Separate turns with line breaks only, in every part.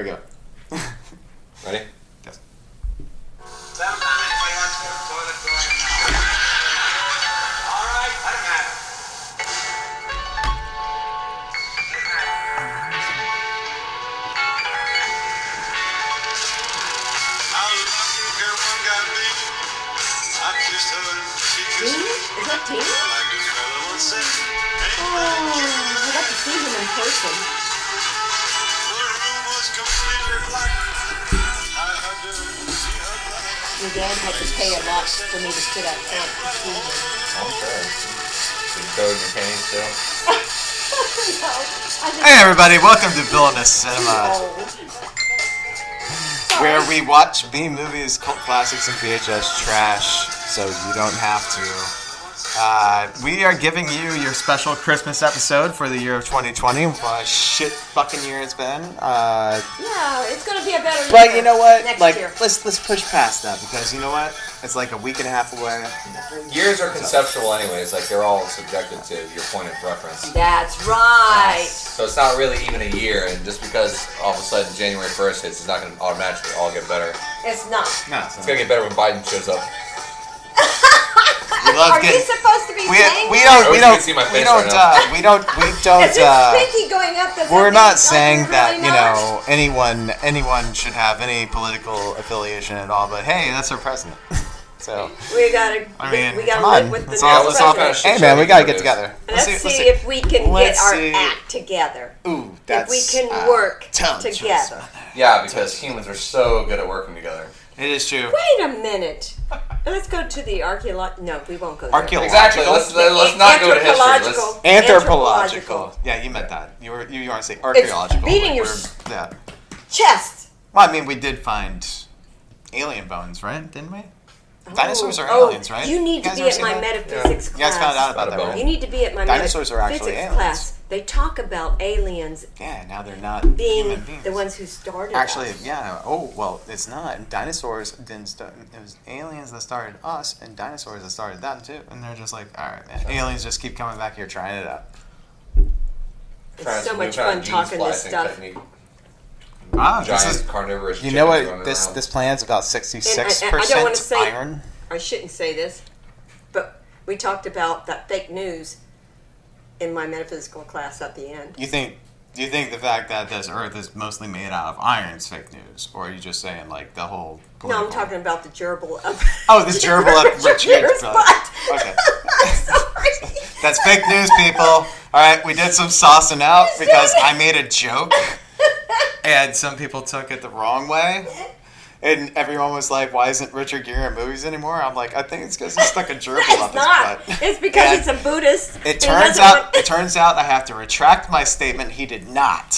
we go.
Ready?
Yes.
Sometimes we want to toilet going now. All right, doesn't matter. Doesn't matter.
I love you, girl, one got me. I kissed her and she
Is
kissed me.
that Tina?
Like this fella once said, ain't nothing
Oh, I got to see him in person.
The room was completely black. I hugged her, she hugged back.
Your dad had to pay a lot for me to sit out front and see him.
I'm sure. Did you go in your panties still?
no, I just
Hey everybody, welcome to Villainous Cinema, where we watch B movies, cult classics, and VHS trash, so you don't have to. Uh, we are giving you your special Christmas episode for the year of 2020. What a shit fucking year it's been. Uh,
Yeah, it's gonna be a better year.
but you know what?
Next
like,
year.
let's let's push past that because you know what? It's like a week and a half away.
Years are conceptual, anyways. Like they're all subjected to your point of reference.
That's right.
So it's not really even a year, and just because all of a sudden January 1st hits, it's not going to automatically all get better.
It's not.
No, it's
It's going to get better when Biden shows up.
We love
Are
getting.
you supposed to be
we,
saying
we
that?
don't we
wish you
don't
could see my
we
face
don't
right
uh,
now.
we don't we don't
Is this
uh,
pinky going up? Does that
We're
mean
not
like
saying
we
that
really
you
know it?
know anyone anyone should have any political affiliation at all, but hey, that's our president. so
We gotta.
I
we-
mean,
we gotta
come
live
on.
with the
Let's
new
all, let's all,
president.
kind
hey
of
man,
shit show
we
you
gotta get
produce.
together.
Let's, see, if we can
Let's
get our
see.
act together.
Ooh,
If
that's,
we can
uh,
work
tongue
together.
Yeah, because humans are so good at working together.
twister. It is true.
Wait a minute. Let's go to the archaeolo. No, we won't go there.
Archaeological.
Exactly. Let's let's not go to history.
Anthropological.
Let's,
Anthropological. Yeah, you meant that. You were you, you want to say archaeological?
beating your
we're-
s-
yeah.
Chest.
Well, I mean, we did find alien bones, right? Didn't we? Dinosaurs are
Oh,
aliens, right?
You need to
guys
be
ever
at
seen
my
that?
metaphysics
You
class.
guys found out about that,
Not a
right?
You need to be at my
Dinosaurs are actually
metaphysics
aliens.
class. They talk about aliens
Yeah, now they're not
being
human beings.
the ones who started.
Actually,
us.
yeah. Oh, well, it's not. Dinosaurs didn't start. It was aliens that started us, and dinosaurs that started them too. And they're just like, all right, man. Aliens just keep coming back here trying it out.
it's so much fun talking this stuff. And
Ah,
Giant
this is.
carnivorous.
You know
chickens
what?
running
This
around.
this plan's about
I-
sixty-six
I- I don't wanna
percent
say-
iron.
I shouldn't say this, but we talked about that fake news in my metaphysical class at the end.
You think? Do you think the fact that this Earth is mostly made out of iron's fake news, or are you just saying like the whole?
No, I'm
political-
talking about the gerbil up.
Oh, this gerbil up
Richard's butt.
Okay.
I'm sorry.
That's fake news, people. All right, we did some saucing out because I made a joke, and some people took it the wrong way. And everyone was like, "Why isn't Richard Gere in movies anymore?" I'm like, "I think it's because he stuck a gerbil up
It's not.
his butt."
It's because
And
he's a Buddhist.
It
and he
turns
doesn't
out.
want-
It turns out I have to retract my statement. He did not.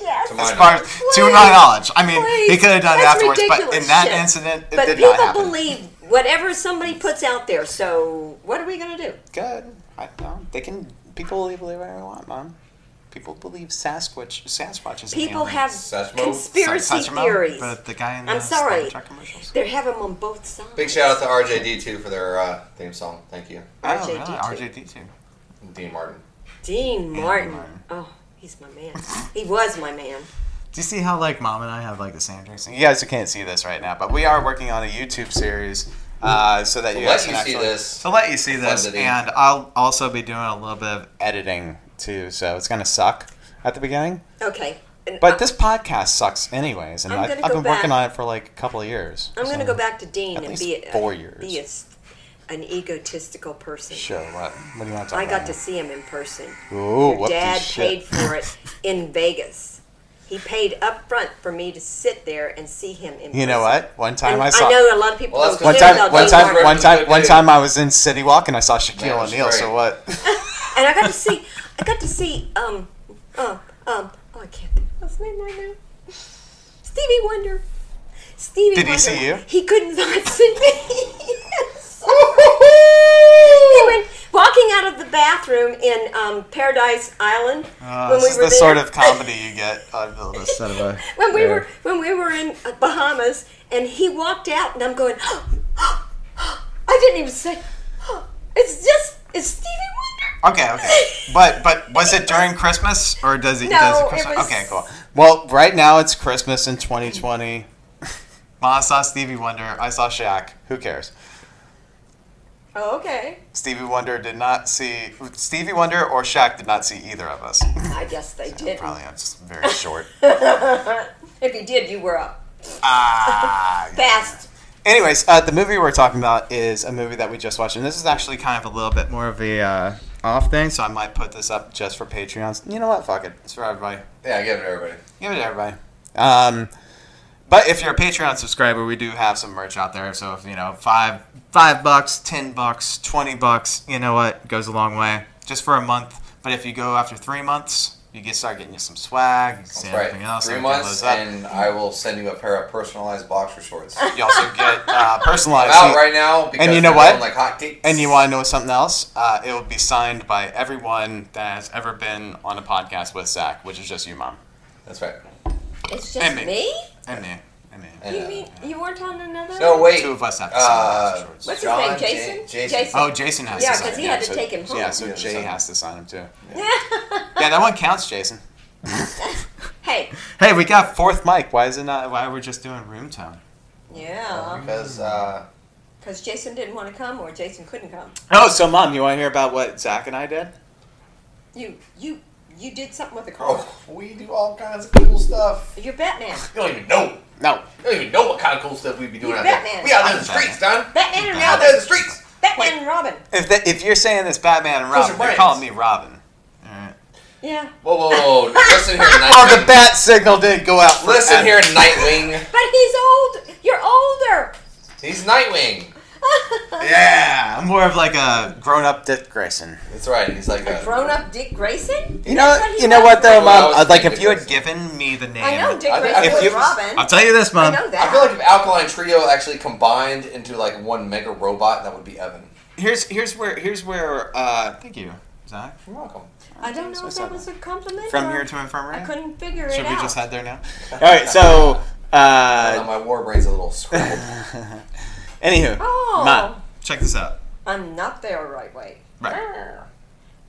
Yes.
Come
As
Why
far
not?
as, to my knowledge, I mean, he
Please.
could have done it
That's
afterwards, but in
ridiculous
that
shit.
incident, it
But
did
people
not happen.
believe whatever somebody puts out there. So what are we gonna do?
Good. I know. They can. People believe whatever they want, mom. People believe Sasquatch. Sasquatch is. an
People
alien.
have
Satchmo?
conspiracy
Sasquatch remote,
theories.
But the guy in the
I'm sorry.
Star Trek commercials.
They have them on both sides.
Big shout out to RJD2 for their uh, theme song. Thank you,
Oh, really?
RJD2.
RJD2.
Dean Martin.
Dean Martin.
Martin.
Oh, he's my man. he was my man.
Do you see how like mom and I have like the same drinks? You guys can't see this right now, but we are working on a YouTube series uh, so that you
let
guys can
you see
actually
this.
to let you see this,
Editing.
and I'll also be doing a little bit of editing too. So it's gonna suck at the beginning,
Okay. And I-
but this podcast sucks anyways, and
I'm
I've,
gonna
I've
go
been working
back.
on it for like a couple of years.
I'm going to
so-
go back to Dean
at
and
least
be a,
four years.
Be a s an egotistical person.
Sure. What? What do you want to talk
I
about?
got to see him in person.
Ooh,
Your
whoopty
dad
shit.
paid for it in Vegas. He paid up front for me to sit there and see him in person.
You know what? One time
And
I saw.
know a lot of people
Well,
don't
that's
one
Yeah,
care
time,
about
one
Dean
time,
Martin.
one time,
Good
one
dude.
time, I was in City Walk and I saw Shaquille
Man,
O'Neal. So
straight.
what?
And I got to see, I got to see, um, um, um, oh, I can't think of his name right now. Stevie Wonder. Stevie
Did he
Wonder.
see you?
He couldn't not see me. he went walking out of the bathroom in um, Paradise Island
Uh,
when
this
we
is
were
the
there.
sort of comedy you get out of this sort of a.
when we were when we were in uh, Bahamas, and he walked out, and I'm going, I didn't even say, it's just it's Stevie Wonder.
Okay, okay, but but was it during Christmas or does it?
No,
does
it
Christmas?
was-
Okay, cool. Well, right now it's Christmas in 2020. Ma saw Stevie Wonder. I saw Shaq. Who cares?
Oh, okay.
Stevie Wonder did not see. Stevie Wonder or Shaq did not see either of us.
I guess they did.
Probably I'm just very short.
If you did, you were up
ah.
fast.
Anyways, uh, the movie we're talking about is a movie that we just watched, and this is actually kind of a little bit more of a uh, off thing, so I might put this up just for Patreons. You know what? Fuck it. It's for everybody.
Yeah, give it to everybody.
Give it to everybody. Um, but if you're a Patreon subscriber, we do have some merch out there. So if you know five five bucks, ten bucks, twenty bucks, you know what goes a long way just for a month. But if you go after three months, you get start getting you some swag. You can see
Right.
everything else.
Three
everything
months,
blows up.
and I will send you a pair of personalized boxer shorts. I'm
you also get uh, personalized.
out right now because
And you know
they're
what?
going like hotcakes.
And you want to know something else? Uh, it will be signed by everyone that has ever been on a podcast with Zach, which is just you, mom,
That's right.
It's just
Emmy.
me.
and me, and me.
And,
You
uh,
mean you weren't on another?
no wait.
Two of us have to sign
Uh,
boxer shorts.
What's his
John,
name? Jason?
Ja- Jason.
Jason.
Oh, Jason has
Yeah,
to sign
'cause he
it.
had to
so-
take him home.
Yeah, so
Yeah,
Jay
sign him.
has to sign him too. Yeah, that one counts, Jason.
hey.
Hey, we got fourth mic. Why is it not? Why we're just doing room tone?
Yeah.
Because uh,
Because Jason didn't want to come, or Jason couldn't come.
Oh, so mom, you want to hear about what Zach and I did?
You, you, you did something with the car.
oh, we do all kinds of cool stuff.
You're Batman.
You don't even know.
No,
You don't even know what kind of cool stuff we be doing
You're
out there.
Batman.
We out there in the
I'm
streets, Don.
Batman and
Yeah.
Out there
Robin.
in the streets.
Batman and Robin.
if that, if you're saying this Batman and
Those
Robin,
are
you're
brands.
calling me Robin. All right.
Yeah.
Whoa, whoa, whoa! Listen here,
Oh, the
Nightwing.
bat signal did go out. for
Listen
Adam.
here, Nightwing.
But he's old. You're older.
He's Nightwing.
Yeah, I'm more of like a grown-up Dick Grayson.
That's right. He's like a
Grown up Dick Grayson?
You know,
what he
you know
was?
what though,
Like, when I
mom?
was
I'd like
Dick
if you had
Grayson.
given me the name.
I know Dick
I- I-
Grayson
if
was
you-
Robin.
I'll tell you this,
I
mom.
know that.
I feel like if Alkaline Trio actually combined into like one mega robot, that would be Evan.
Here's here's where here's where. Uh, thank you, Zach.
You're welcome.
I don't know if
What's
that
that?
was a compliment.
From
or-
here to infirmary.
I couldn't figure
Should
it
we
out.
just head there now? All right. So,
Uh,
uh,
my war brain's a little scrambled.
anywho,
Oh.
mom, check this out.
I'm not there right way. Ah,
Right.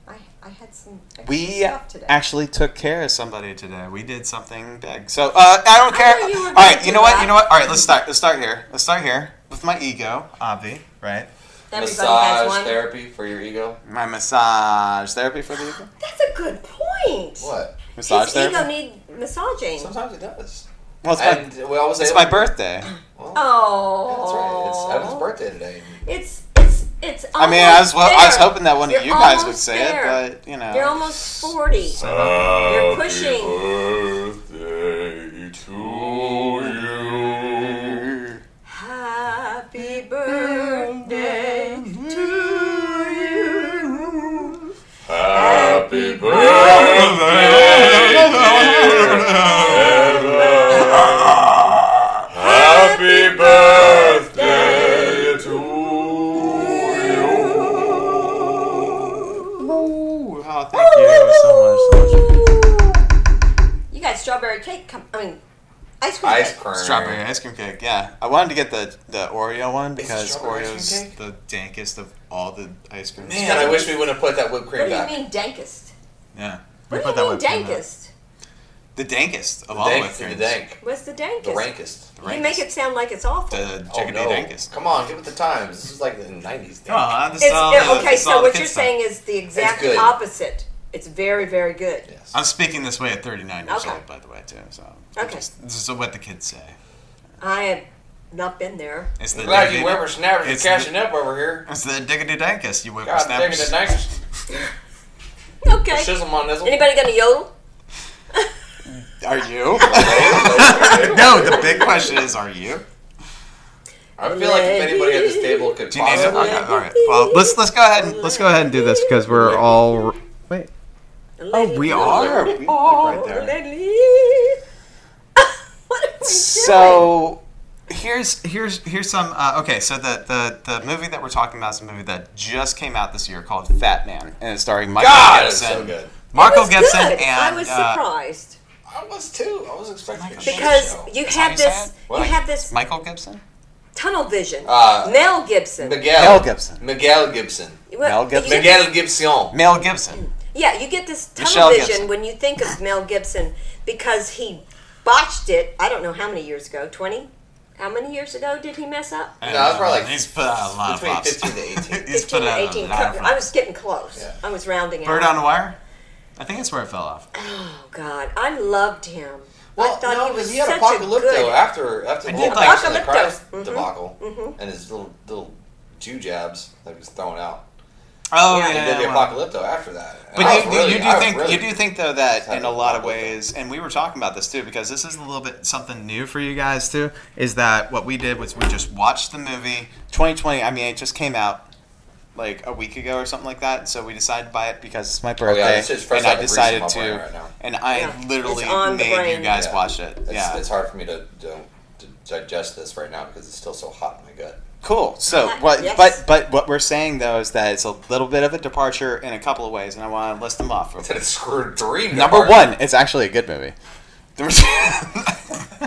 I, I had some extra
We
stuff today.
actually took care of somebody today. We did something big. So uh, I don't
I
care.
knew you were
All
gonna
right,
do
you know what?
that.
You know what? All right, let's start. Let's start here. Let's start here with my ego, Avi. Right.
Everybody has
Massage
one.
therapy for your ego.
My massage therapy for the ego.
That's a good point.
What?
Massage
His
therapy.
ego need massaging.
Sometimes it does.
Well, it's my,
And we always say
it's my birthday.
Well, yeah, That's right.
Oh.
It's Evan's birthday today.
It's it's it's.
I mean, I was, well, I was
there.
hoping that one of
You're
you guys would
almost
say
there.
it, but you know.
You're almost forty. You're pushing.
Birthday to you.
Happy birthday to you. Happy
Happy birthday to
Ooh, oh, thank you so much. So much.
You got strawberry cake. Come, I mean, ice cream.
Ice
cake.
cream.
Strawberry ice cream cake, yeah. I wanted to get the, the Oreo one because
strawberry ice
Oreo's
cream cake?
the dankest of all the ice creams.
Man, I wish we wouldn't have put that whipped
What
cream
do you
back.
mean dankest?
Yeah. We
What
put that
do you mean
whipped cream in.
dankest?
The dankest of all
Dank
whipped
to the
creams.
dank.
What's the dankest?
The rankest.
The
You make
rankest.
it sound like it's awful.
The
Oh,
chickadee
no.
dankest.
Come on, get with the times. This is like the 90s.
Come on, this is
It's,
all
yeah,
the-
okay,
this is all
so
the
what
kid
you're
stuff.
saying is the exact
good.
opposite. It's very, very good.
Yes.
I'm speaking this way at 39 years
Okay.
old, by the way, too. So
Okay.
just, this is what the kids say.
I have not been there.
It's the
Glad you
diggity-
whippersnappers
It's
are cashing
the-
up over here.
It's the diggity dankest. You
God damn it,
whippersnappers.
the niggers.
Okay.
Shizzle my nizzle.
Anybody gonna yodel?
Are you? no, the big question is, are you?
I feel like if anybody at this table could
Do you need it?
possibly.
Okay, all right. Well, let's let's go ahead and let's go ahead and do this because we're all. Wait. Oh, we are. We
Oh,
look right there.
Lily. what are we doing?
So here's here's here's some. Uh, okay, so the, the the movie that we're talking about is a movie that just came out this year called Fat Man, and it's starring Michael
God, it's
Gibson,
so good.
Michael
It was
Gibson,
good.
and
I was
uh,
surprised
I was too. I was expecting a shit
because you
show.
how you
have
say
this,
it?
you
What?
have this
Michael Gibson,
tunnel vision.
Uh,
Mel Gibson.
Miguel.
Mel Gibson.
Miguel Gibson.
Well,
Mel
you
Gibson.
get-
Miguel Gibson.
Mel Gibson.
Yeah, you get this
Michelle
television
Gibson.
when you think of Mel Gibson. because he botched it. I don't know how many years ago. Twenty? How many years ago did he mess up?
I
No,
don't
it's probably
know.
like
he's put out a lot of
between
flops.
15 to 18.
he's put
15
out
or
a
18
lot of
cover. I
flops.
was getting close.
Yeah.
I was rounding
Bird
out.
on the wire. I think that's where it fell off.
Oh God, I loved him. I thought he was
he had
such
apocalypto
a good.
after after
I
the
did
whole
like-
Passion of the
Apocalypto.
Christ
Mhm,
debacle and his little little Jew jabs that he was throwing out.
Oh
Yeah,
yeah,
he
He did the
well.
apocalypto after that. And I
But
was
you, you,
really-
do
I was
think
really-
you do think though that in a lot of ways, and we were talking about this too, because this is a little bit something new for you guys too. Is that what we did was we just watched the movie 2020. I mean, it just came out like a week ago or something like that. So we decided to buy it because it's my birthday,
Oh, this is first
and I
time it breezes in
decided
my
to,
brain right now.
and I
Yeah,
literally
it's on the
made
brain.
you guys
Yeah.
watch it.
It's,
yeah,
it's hard for me to, to, to digest this right now because it's still so hot in my gut.
Cool. So,
Uh,
what,
yes.
but but what we're saying though is that it's a little bit of a departure in a couple of ways, and I want to list them off. real
That it's screwed dream.
Number
department.
one, it's actually a good movie. Number two,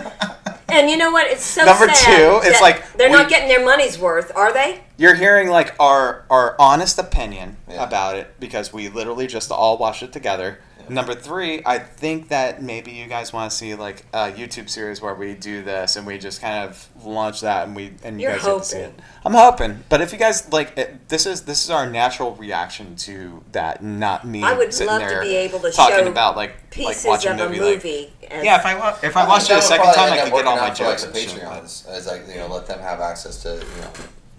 And you know what? It's so
Number
sad
two, it's
that
like
they're
we-
not getting their money's worth, are they?
you're hearing like our our honest opinion
Yeah.
about it because we literally just all watched it together. Number three, I think that maybe you guys want to see like a YouTube series where we do this and we just kind of launch that and we and you
You're
guys get to see it.
hoping.
I'm hoping, but if you guys like, it, this is this is our natural reaction to that, not me.
I would
sitting
love to
there
be able to
talking
show
about like
Pieces
like watching a
of
movie.
a
like-
movie. and-
yeah, if I wa- if I
think
watched it
that
a
would
second
probably
time,
end
I
up
could get all
working
my
out for, like,
jokes.
the
and shit, but-
Patreons, as like you know, let them have access to you know.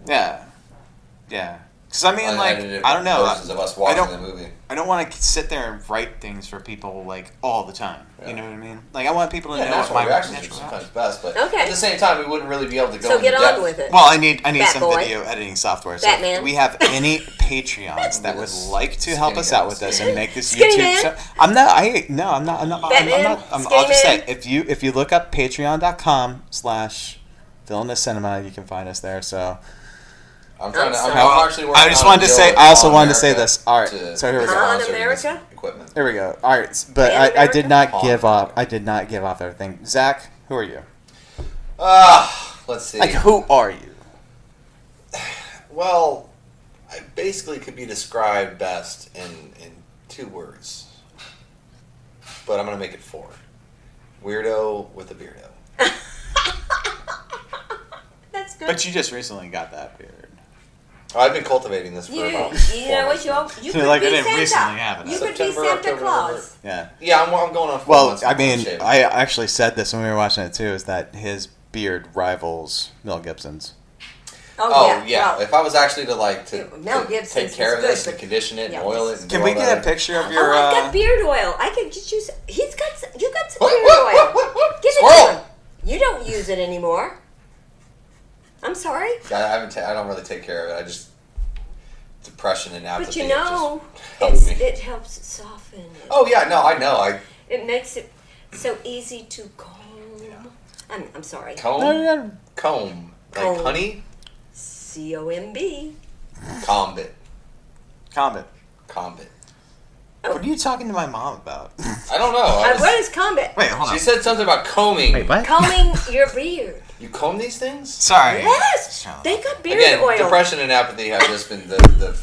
Yeah, yeah. Because I mean, like,
unedited
I don't know.
versions of us
I
watching the
don't.
movie.
I don't want to sit there and write things for people like all the time.
Yeah.
You know what I mean? Like, I want people to
Yeah,
know what
natural
my
reactions are
natural
sometimes
reaction.
best, but
Okay.
at the same time, we wouldn't really be able to go.
So get
into depth.
on with it.
Well, I need I need
Fat
some
boy.
video editing software. So
Batman.
if we have any Patreons that would like to help
Skinny
us out
guys.
with this and make this
Skinny
YouTube.
man.
show- I'm not. I no. I'm not. I'm not. I'm, I'm
Batman.
not. I'm,
Skinny
I'll just say
man.
if you if you look up Patreon.com/slash Villainous Cinema, you can find us there. So.
I'm trying to. I'm,
Well,
I'm actually working
I just
on a
wanted to
deal
say-
with
I also
Con
wanted to say
America
this. All right,
to
so here we go.
Con
sponsor
America?
this Equipment.
There we go. All right, but I, I did
America?
not
Paul.
give up. I did not give off everything. Zach, who are you?
Ah, let's see.
Like, who are you?
Well, I basically could be described best in in two words, but I'm gonna make it four. Weirdo with a beardo.
That's good.
But you just recently got that beard.
Oh, I've been cultivating this for
You,
about.
you
four
know what
months
you
now.
all, you could
Like, I
be
didn't
Santa.
recently have it.
You could
September,
be Santa
October,
Claus.
Yeah.
Yeah, I'm, I'm going on. Four
Well,
months
I
without
mean,
shaving.
I actually said this when we were watching it too. Is that his beard rivals Mel Gibson's?
Oh,
Oh yeah,
yeah. well,
if I was actually to like to,
Yeah, Mel
to
Gibson's
take care of
was
this
good,
and
but-
condition it and
yeah.
oil it, and
Can
do
we
all
get a
that-
picture of
oh,
your?
I've got
Uh,
beard oil. I could get you. Some, he's got. Some, you got some
What,
beard
what,
oil.
what, what, what?
Give it to
Squirrel!
him. You don't use it anymore. I'm sorry,
I haven't. Ta- I don't really take care of it. I just depression and apathy.
but you
it
know,
just helps
it's,
me.
it helps soften. It.
oh yeah, no, I know. I
It makes it so easy to comb. I'm, I'm sorry.
comb,
no, no, no.
comb, like
Comb.
honey,
C O M B.
combit,
Comment.
combit.
What are you talking to my mom about?
I don't know. I
Uh,
was-
What is combat?
Wait, hold
she said something about combing.
Combing your beard.
You comb these things?
Sorry.
Yes, they got beard
Again,
oil.
depression and apathy have just been the, the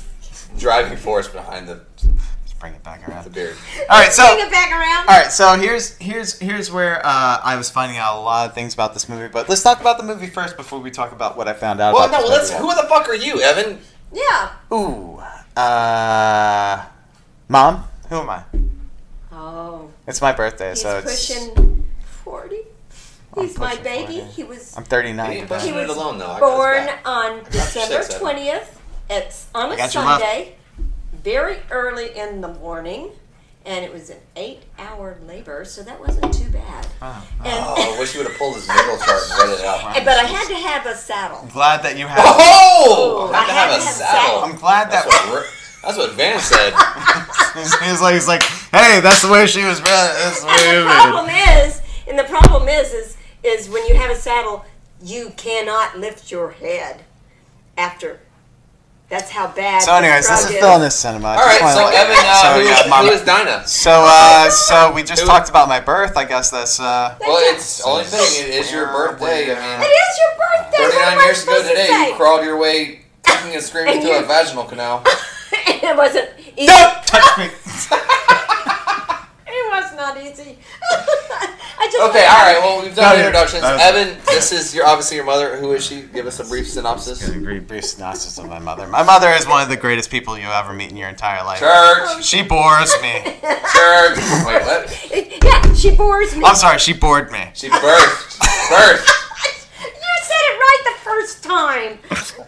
driving force behind the,
Just bring it back
the
around.
beard.
All right, so
Bring it back around.
All right, so here's here's here's where uh, I was finding out a lot of things about this movie. But let's talk about the movie first before we talk about what I found out.
Well,
about
no, let's.
this
Who the fuck are you, Evan?
Yeah.
movie. Ooh, uh, mom, who am I?
Oh,
It's my birthday,
he's
so it's. Oh,
pushing forty.
I'm
He's my
pushing
baby.
40.
He was
I'm 39.
He
today.
busted
He
it
was
alone though. I got his
born
back.
on
six
December
of them.
twentieth. It's on
I
a
got your muff.
Sunday, very early in the morning, and it was an eight-hour labor, so that wasn't too bad.
Wow.
And,
Oh, I wish you would have pulled his middle chart and read it out.
but I had to have a saddle.
I'm glad that you have.
Oh!
Ooh,
I have to
I had
have a
to have
saddle.
saddle.
I'm glad
That's
that.
what, Ri- that's what Van said.
he's like he's like, hey, that's the way she was. bred- That's the way
And
you
the
made.
problem is, and the problem is, is, is when you have a saddle, you cannot lift your head after. That's how bad.
So,
the
anyways, this
drug
is Villainous Cinema. I
All
just
right,
wanna
so
let-
Evan, uh,
so,
who,
yeah,
is,
mom-
who is Dinah?
So, uh, so we just
Who-
talked about my birth. I guess that's uh.
Well, it's the only thing. It is your birthday. I
It
mean,
is your birthday. what am
39
I
years ago
supposed to
today, you
say?
crawled your way, kicking and screaming
And
through a
you-
vaginal canal.
it wasn't easy.
Don't touch me.
It was not easy. I just
Okay, all right. Well, we've done
No,
introductions.
that was-
Evan, this is your obviously your mother. Who is she? Give us a brief synopsis.
A brief, brief synopsis of my mother. My mother is one of the greatest people you ever meet in your entire life.
Oh,
Church,
She bores me.
church. Wait, what?
Yeah, she bores me.
I'm sorry, she bored me.
She birthed, birthed.
You said it right the first time.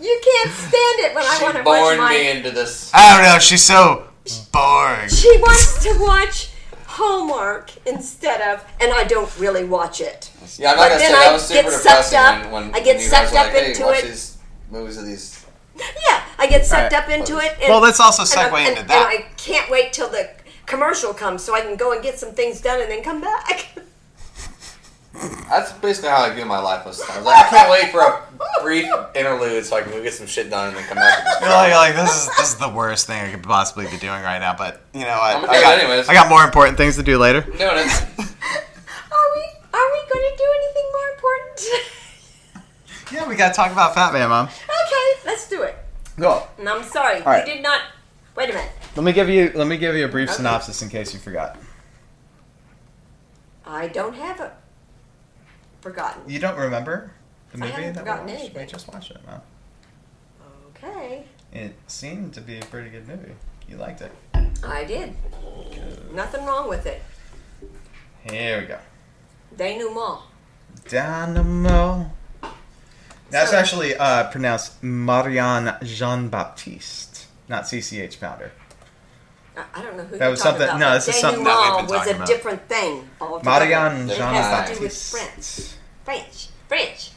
You can't stand it when I want
She
to watch
born
my.
me into this.
I don't know, she's so boring.
She wants to watch Hallmark instead of, and I don't really watch it.
Yeah, I'm not
But
gonna
then
say that
I
was super
get sucked
depressing
up-
when, when
I get
you guys
sucked
were like,
up
hey,
into
watch
it."
these movies of these.
Yeah, I get sucked
Alright.
up into it. And,
Well, let's also
and I'm-
segue
and-
into that.
And I can't wait till the commercial comes so I can go and get some things done and then come back.
That's basically how I view my life most of the time. Like, I can't wait for a brief interlude so I can go get some shit done and then come back. to this
You're like, you're like, this is this is the worst thing I could possibly be doing right now. But you know, I,
I'm gonna
I
do it
got
anyways.
I got more important things to do later.
No, that's
Are we? Are we going to do anything more important?
Yeah, we gotta talk about Fat Man, mom.
okay, let's do it.
Cool.
And I'm sorry,
Alright.
you did not. Wait a minute.
Let me give you let me give you a brief synopsis in case you forgot.
I don't have it. Forgotten.
You don't remember the
I
movie
haven't
that we
forgotten
watched? We
anything.
just watched it, mom.
Okay,
It seemed to be a pretty good movie. You liked it.
I did. Nothing wrong with it.
Here we go.
Denouement.
Dynamo. That's
So-
actually uh, pronounced Marianne Jean Baptiste, not CCH founder.
I I don't know who
That
you're
was
talking
something-
About,
no,
but
this is something that
denouement
we've been
was
talking
a
about.
different thing altogether.
Marianne
It
Jean
has to do with French,
Baptiste.
French, French.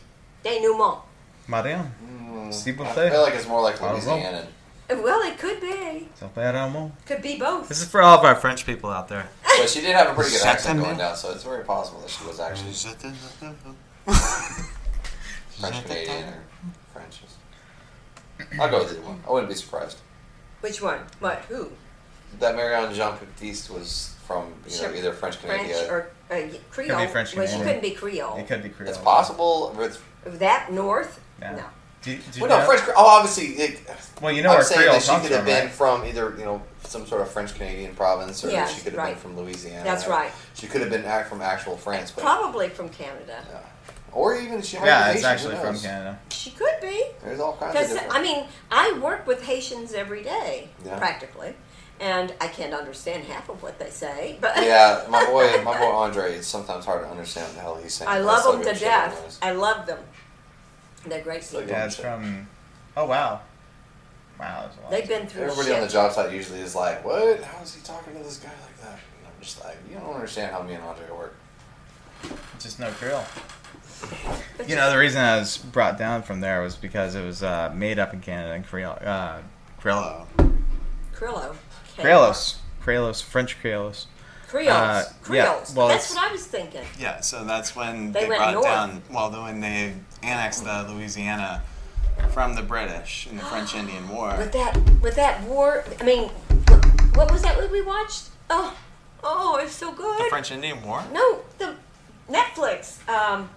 Denouement.
Marianne. S'il vous
Hmm, I feel
plaît.
like it's more like
I don't know.
Louisiana.
Well, it could be.
S'il vous plaît, Ramon.
Could be both.
This is for all of our French people out there.
But she did have a pretty good
Shut
accent
them
going
down.
down, so it's very possible that she was actually French Canadian or French. I'll go with either one. I wouldn't be surprised.
Which one? What? Who?
That Marianne Jean Baptiste was from you know
Sure.
either French
French
Canadian.
or uh, Creole?
French
well, she
Canadian.
couldn't be Creole.
It could be Creole.
It's possible. but It's,
That north?
Yeah.
No.
Do, you- do you
well, no,
know-
French. Oh, obviously. It,
Well, you know
I'm
where
saying
Creole
that
comes
she
from,
could have been
right?
from either you know some sort of French Canadian province, or
Yes,
she could have
right.
been from Louisiana.
That's right.
She could have been act- from actual France, but
Probably from Canada.
yeah. or even she. might be
Yeah, it's
Haitian, who
actually from
knows?
Canada.
She could be.
There's all kinds of
Because
different.
I mean, I work with Haitians every day,
Yeah.
practically, and I can't understand half of what they say. But
yeah, my boy, my boy Andre. It's sometimes hard to understand what the hell he's saying.
I
but
love
still
them
good
to
shit
death.
anyways.
I love them. They're great
Still
people.
Yeah, it's from. Oh wow. Wow, there's a lot.
They've been through
Everybody
shit.
on the job site usually is like, "What? How is he talking to this guy like that?" And I'm just like, "You don't understand how me and Andre work."
Just no Creole.
But
You know, the reason I was brought down from there was because it was uh, made up in Canada and Creole. Uh, Creole.
Creole. Okay.
Creolos. Creolos. French Creolos.
Creoles.
Uh, yeah,
Creoles.
well,
That's
it's-
what I was thinking.
Yeah, so that's when
They
they,
went
brought
north.
down, well, the- when they annexed the Louisiana from the British in the French Indian War.
With that, with that war. I mean, what was that we watched? Oh, oh, it's so good.
The French Indian War?
No, the Netflix. Um,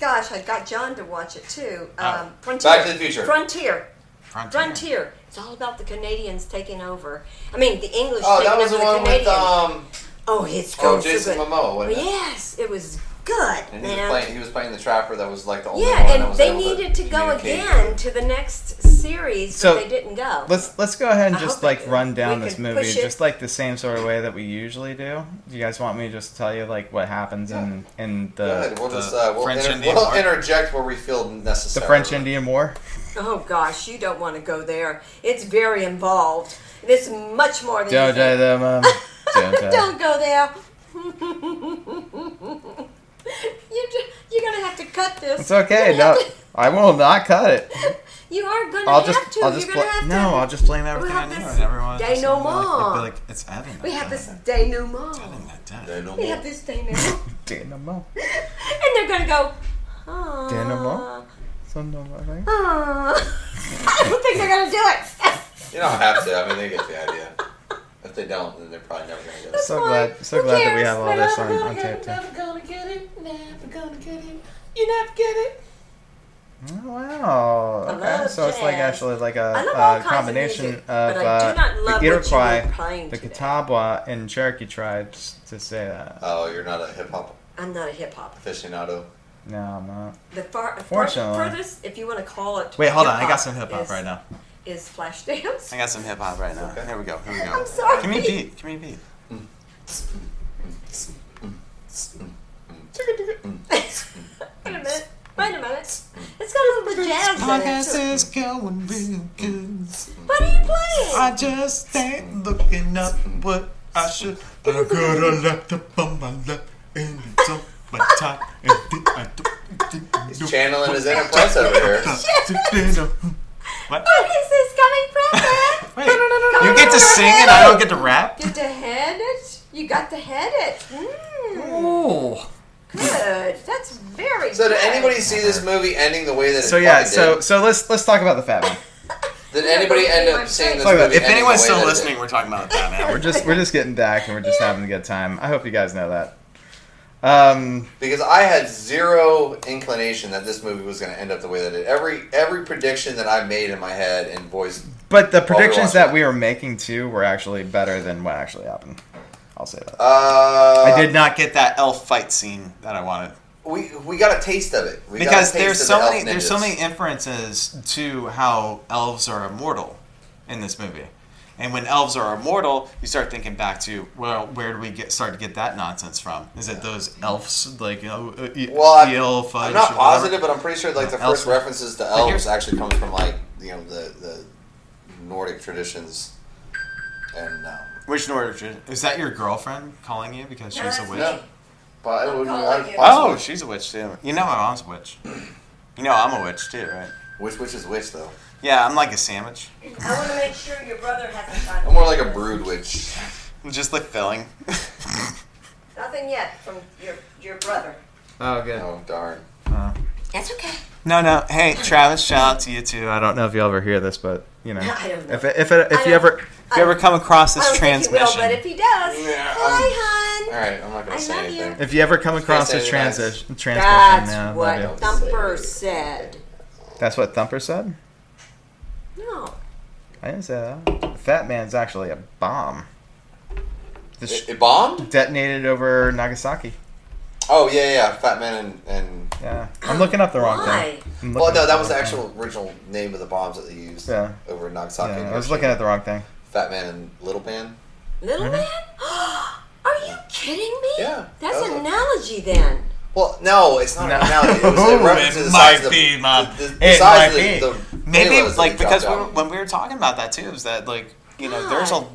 gosh, I got John to watch it too.
Oh.
Um, Frontier.
Back to the Future.
Frontier.
Frontier.
Frontier. It's all about the Canadians taking over. I mean, the English
Oh,
taking
that was
over
the one with
Canadians.
um.
oh, it's
Oh,
going so
Jason
good. Oh,
Momoa. Wasn't it?
Yes, it was good,
And he was
man.
playing. He was playing the trapper. That was like the only one.
yeah,
that
and
was
they
able
needed to go
communicate.
again to the next series,
So,
but they didn't go.
Let's let's go ahead and
I
just
hope
like
it-
run down
we
this
could
movie
push it.
just like the same sort of way that we usually do. Do you guys want me to just tell you like what happens in in the,
Good. We'll
the
just uh, we'll,
French
inter-
Indian
we'll
War?
interject where we feel
the
necessary.
French Indian War?
oh gosh, you don't want to go there. It's very involved. It's much more than you
Don't
think.
them. um, don't, uh,
Don't go there. you ju- you're gonna have to cut this.
It's okay.
You're gonna
No,
have to-
I will not cut it.
you are gonna
I'll
have
just
to.
I'll just
you're
bla-
gonna have
no.
to.
I'll just blame everything
have
on you
this
and everyone.
day no more.
Like, like it's Evan.
we
that
have
done
this
it. Evan
denouement.
that done it.
They
We
don't want-
have this denouement,
Dynamo.
and they're gonna go. "Ah,
Denouement? Something like that.
ah." I don't think they're gonna do it.
You don't have to. I mean, they get the idea. If they don't, then they're probably never gonna get it.
So
Fine.
glad, so
Who
glad that we
cares?
have all
They're
this
never
on,
gonna
on
get
tape.
it,
too.
Never gonna get it. Never gonna get it. You never get it.
Oh, Wow.
I
Okay.
love
So it's like
jazz.
actually like a,
I love all
uh
kinds of
combination
music,
of,
but I do
uh,
not love what
the
you were
Iroquois,
playing
the
today.
Catawba, and Cherokee tribes to say that.
Oh, you're not a hip hop
I'm not a hip hop.
aficionado.
No, I'm not.
The far, far
Fortunately.
furthest, if you want to call it.
Wait, hold on. I
hip-hop
got some hip hop
is-
right now.
Is Flashdance?
I got some hip hop right now.
Okay.
Here we go. Here we go.
I'm sorry.
Give me a beat. Give me a beat.
Wait a minute. Wait a minute. It's got a little bit of jazz in it.
is going real good.
too. What are you playing?
just ain't looking up what I should. I got a laptop on my lap and it's on my top. And then I do.
He's channeling his inner Prince over here.
What?
Where is this coming from, man?
Wait, you get to sing and I don't get to rap?
Get to head it. You got to head it. Mm,
Ooh.
good. That's very
So
good.
did anybody see this movie ending the way that it
So yeah.
fucking
So
did?
so let's let's talk about the Fat Man.
Did anybody end up seeing this
Sorry about
movie?
If
that.
ending the
anyone's
way
still
that it
listening, we're talking about that now.
We're just we're just getting back and we're just having a good time. I hope you guys know that. Um.
did? Because I had zero inclination that this movie was going to end up the way that it. Every every prediction that I made in my head and voiced.
But the
we're
predictions
watching
that
it.
we were making too were actually better than what actually happened. I'll say that.
Uh,
I did not get that elf fight scene that I wanted.
We we got a taste of it we got a
because
taste
there's
of
so
the elf
many there's so
ninjas.
many inferences to how elves are immortal in this movie and when elves are immortal you start thinking back to well where do we get start to get that nonsense from is it those elves like you know uh, e-
Well, I'm,
eel,
I'm
fudge,
not
or whatever?
positive, but I'm pretty sure like the
Elf-
first references to
Like
elves
you're-
actually comes from like you know the the Nordic traditions, and um,
which Nordic tradition- is that your girlfriend calling you because
No,
she's a
that's
witch
me.
but it
I'm
would be
calling you.
possible.
oh she's a witch too you know my mom's a witch you know I'm a witch too right
which which is which though?
yeah I'm like a sandwich
I want to make sure your brother hasn't gotten
I'm more like a brood witch.
I'm just like filling
Nothing yet from your your brother.
Oh, good.
Oh darn!
That's okay.
no no hey Travis shout out to you too I
I
don't
don't know if you'll ever hear this, but you know,
I don't know.
if it, if it,
I
if you
don't-
ever
if you ever come across
I
this
don't think he
transmission
will, but if he does,
Yeah,
hi,
All
hon.
right, I'm not gonna
I
say
love you.
anything.
if you ever come across
say
this
that.
transition transmission,
That's
yeah,
what
that'd be-
Thumper said.
that's what Thumper said.
No.
I didn't say that. The Fat Man's actually a bomb. This
It, it bombed?
detonated over Nagasaki.
Oh yeah, yeah. Fat Man and, and
Yeah, I'm looking up the wrong
Why?
thing. I'm
well,
looking
Oh, no,
up
that was the
wrong
actual original name of the bombs that they used
Yeah.
over in Nagasaki.
Thing.
and
Yeah, I was
Hiroshima.
looking at the wrong thing.
Fat Man and Little Man.
Little
Mm-hmm.
man? Are you kidding me?
Yeah,
That's
that was
an
a-
analogy then.
Well, no, it's not
No.
an analogy. It was
It
a reference to the
might
size of the-
be, Mom.
The, the, the
It
size
might
of the, the
Maybe
payloads that
like
they
because we
dropped
were,
out.
when we were talking about that too, is that like you know
God.
there's a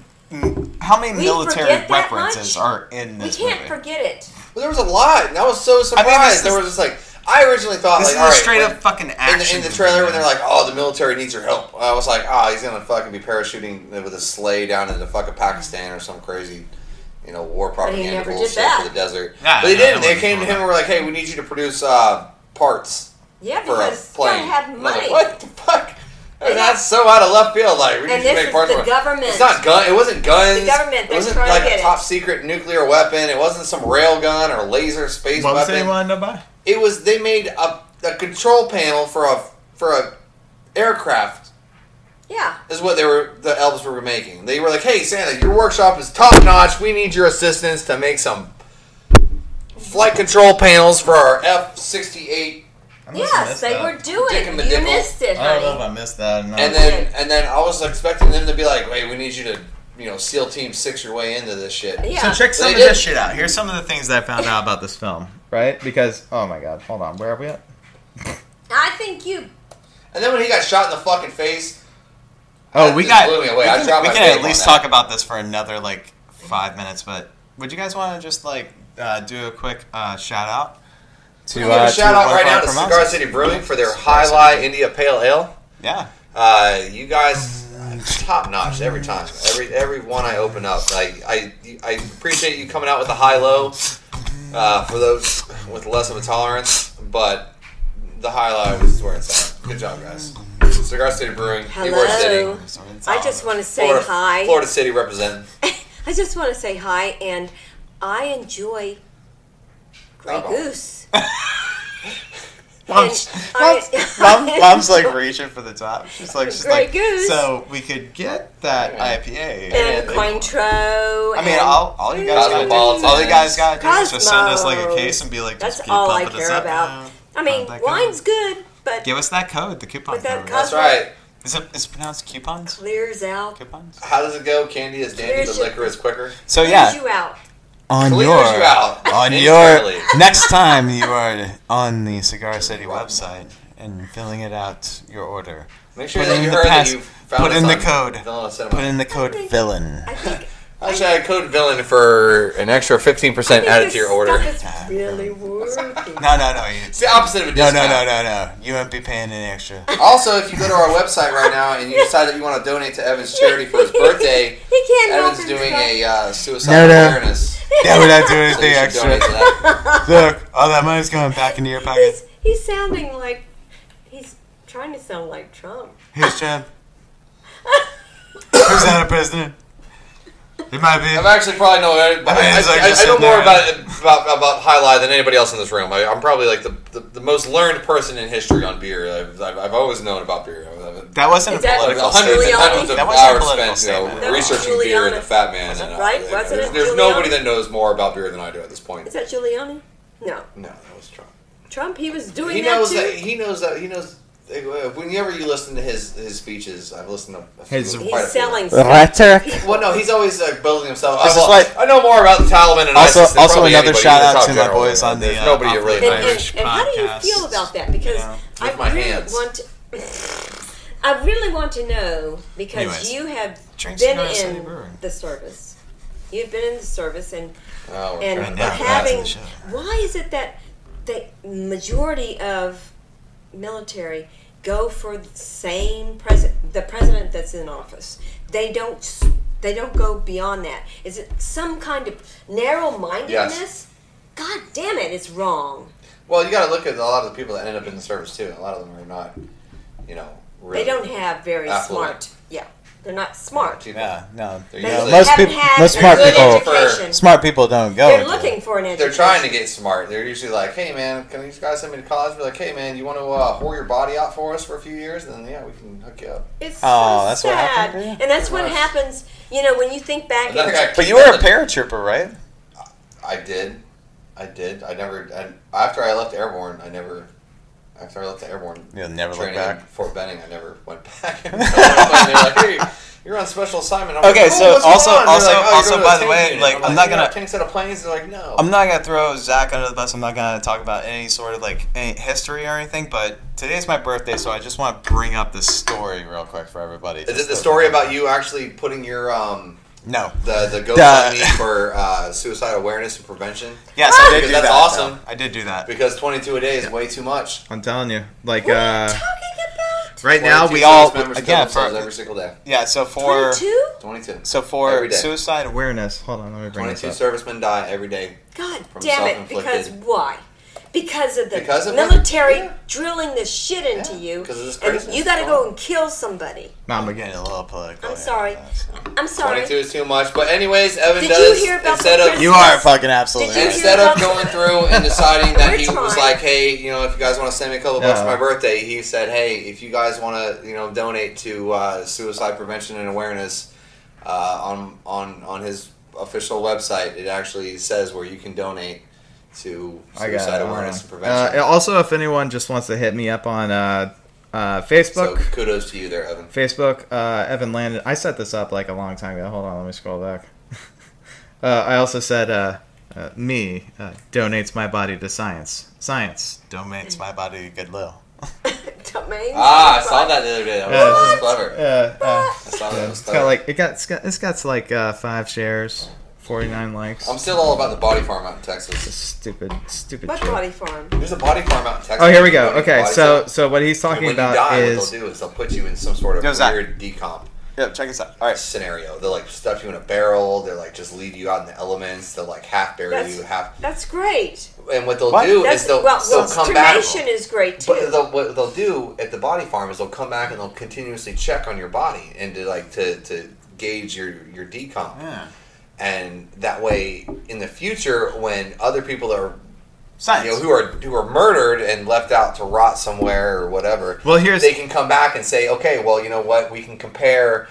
mm, how many
We
military
forget that
references
much?
are in
We
this
can't
movie?
forget it.
Well, there was a lot, and I was so surprised.
this
there
is-
was just like I originally thought
this
like
is
all
a
right,
straight
when-
up fucking
in
action.
the, in the trailer
movie,
when they're
man.
like, "Oh, the military needs your help," I was like, "Ah, he's gonna fucking be parachuting with a sleigh down into fucking Pakistan or some crazy." You know, war
he
propaganda
never did
bullshit
that.
for the desert.
Yeah,
but they
no,
didn't.
that
They
wasn't
came to him
cool.
and were like, "Hey, we need you to produce uh, parts
Yeah,
for a
because you
plane."
don't have
And I'm
money.
like, what the fuck?
And
That's so out of left field. Like, we need
And
you
this
to make
is
parts
the
for it.
government.
It's not gun. It wasn't guns.
The government,
It
they're
wasn't
trying to
like
get
a
it.
top secret nuclear weapon. It wasn't some rail gun or laser space
What was
weapon
it you wanted to buy?
it was they made a, a control panel for a for a aircraft
Yeah.
is what they were the elves were making. They were like, "Hey Santa, your workshop is top notch. We need your assistance to make some flight control panels for our F sixty eight.
I must have
Yes,
missed
they
that.
were doing
Dick and the
it. You
Dipple.
missed it,
I don't know if
honey.
I missed that. Or not.
And then and then I was expecting them to be like, "Hey, we need you to you know SEAL Team six your way into this shit."
Yeah.
So check some
They
of
did.
this shit out. Here's some of the things that I found out about this film, right? Because oh my god, hold on, where are we at?
I think you
And then when he got shot in the fucking face,
oh,
that
we
just
got.
blew me away.
We
I
can,
dropped
we
my
can at
vape on
least
that.
talk about this for another like five minutes, but would you guys want to just like uh, do a quick uh, shout out? uh, To,
give a shout out
one of
right now
our
to
promoters?
Cigar City Brewing for their
Cigar
High
City.
Lie India Pale Ale.
Yeah.
Uh, you guys, top notch every time. Every every one I open up, like I I appreciate you coming out with a high low uh, for those with less of a tolerance, but the high low is where it's at. Good job, guys. Cigar City Brewing, Ybor
Hello.
City,
I just want to say
Oh, Florida,
hi.
Florida City representing.
I just want to say hi, and I enjoy Grey
Oh.
Goose.
Mom's,
And
mom's,
I-
mom- mom's like reaching for the top. She's like, she's
Grey
like,
Goose.
so we could get that IPA.
and
they-
Cointreau.
I mean,
and-
all, all you guys got to do,
Cosmopolitan.
all you guys got to do is just send us like a
Cosmos.
case and be like,
That's
just keep
all I
pumping us
care
up,
about.
uh,
I mean,
pump that
wine's
code.
good, but
Give us that code, the coupon
With that
code.
cos-
That's right.
is it is it pronounced coupons?
clears out.
Coupons.
How does it go? Candy is dandy,
Here's
but
your-
liquor is quicker.
So
Clears
yeah,
you out.
on
Clears
your
you out.
on
entirely.
your next time you are on the Cigar City website and filling it out your order,
Make sure
put
that
in
you
the
heard that
pass-
you found
put
us
in the
on
code.
Villain of Cinema.
put in the code villain.
I think.
Actually, I code villain for an extra 15% added to your order.
Stuff is really working.
No, no, no, you.
It's the opposite of a
No,
discount.
no, no, no, no. You won't be paying an extra.
Also, if you go to our website right now and you decide that you want to donate to Evan's charity for his birthday,
he can't help
Evan's
himself.
doing a uh, suicide
No, no.
awareness. So
Yeah, we're not doing
you
anything
should
extra.
donate to that.
Look, all that money's going back into your pocket.
He's, he's sounding like he's trying to sound like Trump.
Here's Trump. Who's not a president? He might
I've
be.
actually probably know. I, I,
it's like
I-
just
I know
sitting
more
there.
about, about about High Lie than anybody else in this room. I, I'm probably like the, the, the most learned person in history on beer. I've, I've, I've always known about beer. I've, I've,
That wasn't a
Is that-
political
That's
hundreds
statement.
and
Giuliani?
hundreds of
That wasn't a
hours
political
spent, you
statement.
know,
That was
researching beer and the
Giuliani.
Fat Man. and, uh,
Right?
you know,
Wasn't it
there's
Giuliani?
nobody that knows more about beer than I do at this point.
Is that Giuliani? No,
No, that was Trump.
Trump. He was doing
he
that
knows
too.
that he knows that he knows uh, whenever you listen to his his speeches i've listened to a few-
His-
quite a
he's
few.
selling.
Rhetoric.
well no he's always uh, building himself
This is
up well,
like-
i know more about the taliban and
Also-
ISIS than
also
probably
another
anybody.
shout
You're
out
top
to my
general.
boys on the,
There's
uh,
nobody
Off
you
the
really
and,
knows.
and, and how do you
podcasts,
feel about that? Because
you know,
I
with my
really
hands.
want to. I really want to know because
Anyways.
you have
Drink
been
Cigar City
in
Brewing.
the service. You've been in the service, and
Oh, we're
and
trying to
now
back
we're
that.
having-
having
the show.
why is it that the majority of military go for the same president the president that's in office they don't s- they don't go beyond that is it some kind of narrow-mindedness god damn it it's wrong
well you got to look at a lot of the people that end up in the service too a lot of them are not you know really
they don't have very
Affluent.
smart yeah they're not smart
people.
Yeah, no.
They're
no,
usually-
most
Haven't
people,
had
most smart
good
people,
education.
smart people don't go.
they're
into it.
looking for an education
they're trying to get smart. They're usually like, "Hey man, can these guys send me to college?" We're like, "Hey man, you want to uh, whore your body out for us for a few years, and then yeah, we can hook you up."
it's
Oh,
so
that's what
sad
happened to you?
and that's what
Gosh.
happens you know when you think back
Another guy
But
kicked
you were a
out the-
paratrooper, right?
I did. I did. I never. I, after I left Airborne, I never. After I left the Airborne
You'll never look
training
back.
in Fort Benning, I never went back. And they're like, hey, you're on special assignment. I'm
Okay,
like, "Cool,
so
what's
also-
going on?" They're
also-
like, "Oh, you're
also,
going to
by the
tank
way,
unit."
like, I'm not
like, "You're
gonna-
on a tank set of planes. They're like, no.
I'm not gonna throw Zach under the bus. I'm not gonna talk about any sort of like any history or anything. But today's my birthday, so I just want to bring up this story real quick for everybody.
Is it the story about you actually putting your um
No.
the the
Duh.
GoFundMe for uh, suicide awareness and prevention?
Yes, I did
Because
do
that's
that.
awesome.
though. I did do that.
Because 22 a day is way too much.
I'm telling you, like
what are
uh,
you talking about
right now
22
we
service
all
members kill
again,
themselves
for-
every single day.
Yeah. So for
22
22.
so for
Every day.
suicide awareness.
awareness. Hold on, let me bring
22
this up.
servicemen die every day
God
from
damn it! Because
self-inflicted-
why? Because of the
Because of
military
it? Yeah.
drilling the shit into
Yeah,
you,
because of this
and
craziness
you got to
going on.
go and kill somebody.
Mom,
I'm
again.
getting a little political.
I'm
here.
sorry. I'm sorry.
22 is too much. But anyways, Evan
Did you
does
hear about
instead
the
of
prison-
You are a fucking absolute.
Did you
ass.
hear-
instead of going through and deciding that he
We're
was
trying.
like, hey, you know, if you guys want to send me a couple bucks for
No.
my birthday, he said, hey, if you guys want to, you know, donate to uh, suicide prevention and awareness uh, on on on his official website, it actually says where you can donate to
I got
suicide
it, hold
awareness and
on. Uh,
prevention.
also, if anyone just wants to hit me up on uh, uh,
so
Facebook,
kudos to you there, Evan.
Facebook, uh, Evan Landon. I set this up like a long time ago. Hold on, let me scroll back. uh, I also said uh, uh, me uh, donates my body to science. Science.
Domains my body to goodwill.
Domains.
Ah, I saw that the other day. That was, that was clever.
Uh, uh,
I saw that. That
yeah,
was
it's
clever.
got like it got it's got, it's got like uh, five shares, forty nine likes.
I'm still all about the body farm out in Texas.
stupid, stupid.
What
joke.
body farm?
There's a body farm out in Texas.
Oh, here we go.
Body
Okay,
farm.
so so what he's
And
talking
when
about
you die,
is
what they'll do is they'll put you in some sort of
Yo, Zach.
weird decomp
Yep. Check this out. All right.
scenario. They'll like stuff you in a barrel. They'll like just leave you out in the elements. They'll like half bury
That's-
you, half.
That's great.
And what they'll
What?
do
That's
is they'll,
well,
they'll
well,
come back.
cremation is great too.
But they'll, what they'll do at the body farm is they'll come back and they'll continuously check on your body and to like to, to gauge your your decomp.
Yeah.
and that way in the future when other people that are
Science.
you know, who are who are murdered and left out to rot somewhere or whatever.
Well, here's-
they can come back and say, okay, well, you know what? We can compare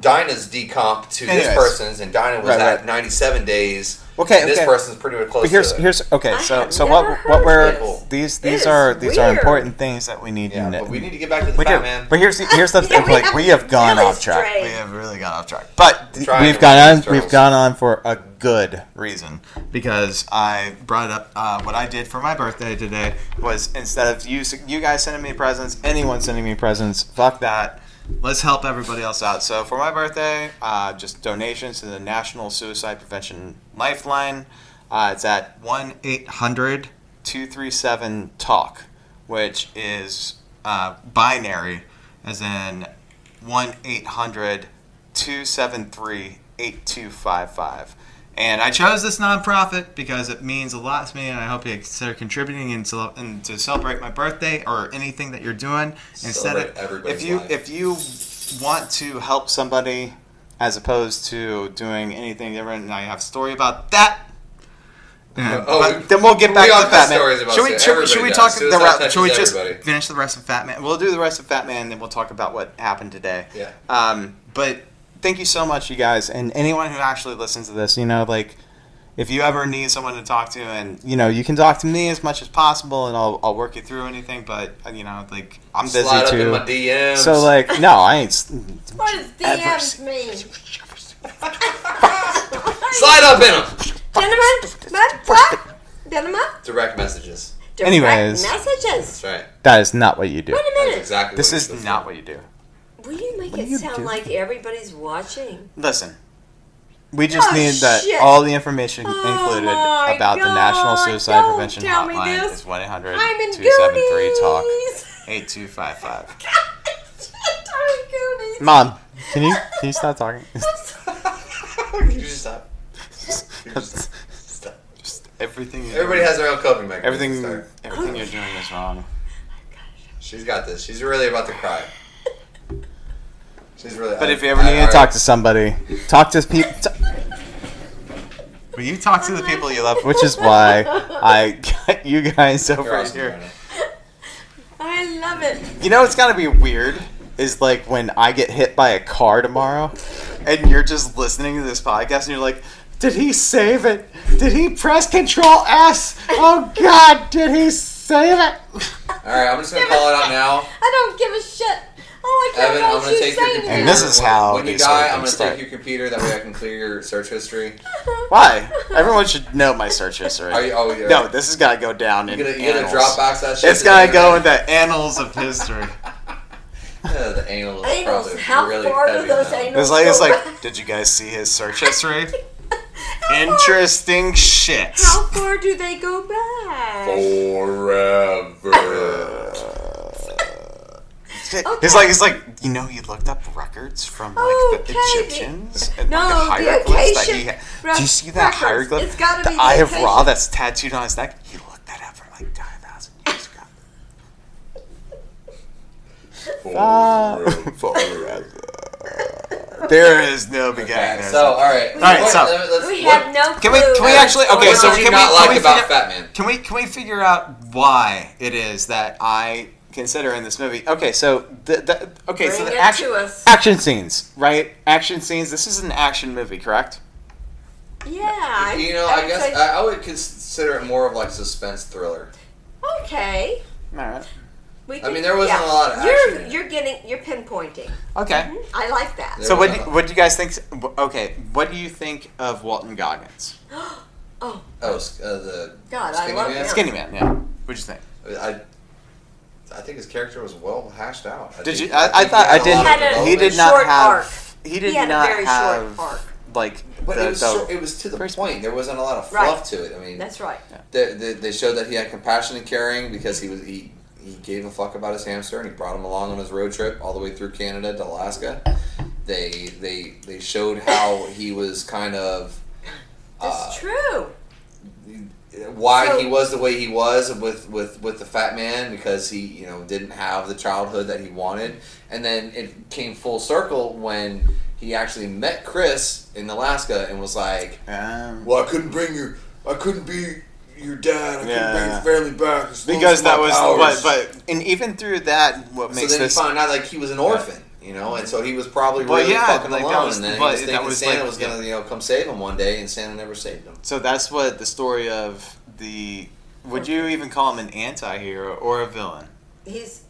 Dinah's decomp to
Anyways.
this person's, and Dinah was
Right,
at
right.
97 days.
Okay,
this
okay.
person's pretty close.
But here's
to it.
here's okay.
I
So
have
so
never
what what
heard
we're
this.
these
This
these
is
are these are
weird.
important things that we need
yeah,
to know.
but
Mm-hmm.
we need to get back to the
We
fat
do.
man.
But here's the, here's the thing. like we have gone
really
off track.
strayed.
We have really gone off track.
But
Trying
we've
to
gone on.
reach these
We've
turtles.
gone on for a good.
reason because I brought up uh, what I did for my birthday today was instead of you you guys sending me presents, anyone sending me presents, fuck that. Let's help everybody else out. So for my birthday, uh, just donations to the National Suicide Prevention Lifeline. Uh, it's at 1 800 237 TALK, which is uh, binary, as in 1 800 273 8255. And I chose this nonprofit because it means a lot to me, and I hope you consider contributing and to, and to celebrate my birthday or anything that you're doing. Instead
Celebrate
of
everybody's
if you
life.
if you want to help somebody as opposed to doing anything different, and I have a story about that. Yeah,
Oh,
but
we-
then we'll get back
we all
to
have
Fat Man.
stories about
Should we,
that.
should, we- should
Everybody
we
does.
talk
Suicide
the route?
touches
Should we just
everybody.
finish the rest of Fat Man? We'll do the rest of Fat Man, and then we'll talk about what happened today.
Yeah.
Um, but thank you so much, you guys, and anyone who actually listens to this. You know, like if you ever need someone to talk to, and you know, you can talk to me as much as possible, and I'll, I'll work you through anything. But uh, you know, like I'm busy
Slide up in
too.
my DMs.
So like, no, I ain't. s-
What does
Adverse-
DMs mean?
slide up in them.
Gentlemen, what? What? Gentlemen,
Direct messages.
direct
Anyways.
messages.
That's right.
That is not what you do.
Wait a
That's
minute.
exactly.
This
what
is
it's
not
for.
what you do.
Will you make
What
it
do you
sound
do?
like everybody's watching?
Listen, we just
Oh,
need that
shit.
all the information
Oh
included
my
about the National
God,
Suicide
don't
Prevention
tell me
Hotline
this.
is 1 800
I'm in
273 TALK
Goonies.
8255.
I'm in Goonies.
Mom, can you can you stop talking?
Can you just stop? You just stop.
Everything you're
Everybody
doing,
has their own coping mechanism.
everything,
Sorry.
everything you're doing is wrong.
She's got this. She's really about to cry. She's really.
But if you ever need
You
alright.
talk to somebody. Talk to people.
But you talk to the people you love,
Which is why I got you guys
You're
over
awesome,
here.
Brandon.
I love it.
You know it's gotta be weird is like when I get hit by a car tomorrow and you're just listening to this podcast and you're like, Did he save it? Did he press control S? Oh god, did he save it?
All right, I'm just gonna call it out now.
I don't give a shit. Oh, I can't
Evan, I'm gonna
you
take your
saying
computer.
And this is how
when you
these
die,
sort of
I'm gonna
things start.
take your computer. That way, I can clear your search history.
Why? Everyone should know my search history.
Are you? Oh, yeah.
no, this has gotta go down in
You're gonna, you're gonna
annals.
Dropbox that shit.
It's gotta go into annals of history.
Yeah, the anal. is
Anals,
probably
how
really
far do
heavy
those
now.
anals
It's like it's
go
like,
back?
did you guys see his search history?
How far-
Interesting shit.
How far do they go back?
Forever.
He's like, he's like, you know, you looked up records from like the
Okay, the-
Egyptians and
No,
like, the
the
hieroglyphs that he
Akkadian
had.
re-
Do you see that
records.
hieroglyph?
It's gotta
the
be the
Eye of Ra
Akkadian.
that's tattooed on his neck. He looked that up from like five thousand years ago.
Forever.
There is no beginning.
Ah. Okay,
there is
so
no-
all right. All
right, so-
We have no.
Can we-
clue
can we
what's
actually- okay,
going
so
on.
what do
can
you
we-
not
we
like about
figure-
Fat Man?
Can we can we figure out why it is that I consider in this movie? Okay, so the, the okay, so
Bring
the
it
action
to us.
action scenes, right? Action scenes. This is an action movie, correct?
Yeah. I-
You know, I
would
guess
say-
I, I would consider it more of like suspense thriller.
okay.
All right.
We
I mean, there wasn't a lot of
You're
action.
you're getting you're pinpointing.
Okay.
I like that.
There
So
was
what do,
not-
what do you guys think? Okay, what do you think of Walton Goggins?
oh
Oh, s- uh, the
God, I
Skinny
love
Man?
him.
Skinny Man, yeah. What'd you think?
I, I think his character was well hashed out. I
Did
think-
you? I, I
think
thought
he
I
had a lot
He
of
had
didn't.
a
He did
development.
not
short
have. He did
He had a
not
very short
have
arc.
like
But
the,
it was
the-
so- it was to the
Very
point. There wasn't a lot of fluff
Right.
to it. I mean,
That's right.
they, they, they showed that he had compassion and caring because he was he he gave a fuck about his hamster and he brought him along on his road trip all the way through Canada to Alaska. They they they showed how he was kind of
That's
Uh,
true.
why
So-
he was the way he was with, with with the fat man because he you know didn't have the childhood that he wanted and then it came full circle when he actually met Chris in Alaska and was like
Um,
well I couldn't bring your I couldn't be your dad. I couldn't
Yeah.
bring his family back. as long
because
as
that
my
was
powers."
but but and even through that, what
So
makes
then you
this
found out like he was an orphan, you know, and so he was probably
Well,
really
yeah,
fucking
like, that
alone.
was-
and then he
but
was
that
thinking
was,
Santa
like,
was gonna you know come save him one day, and Santa never saved him.
so that's what the story of the would you even call him an anti-hero or a villain?
He's.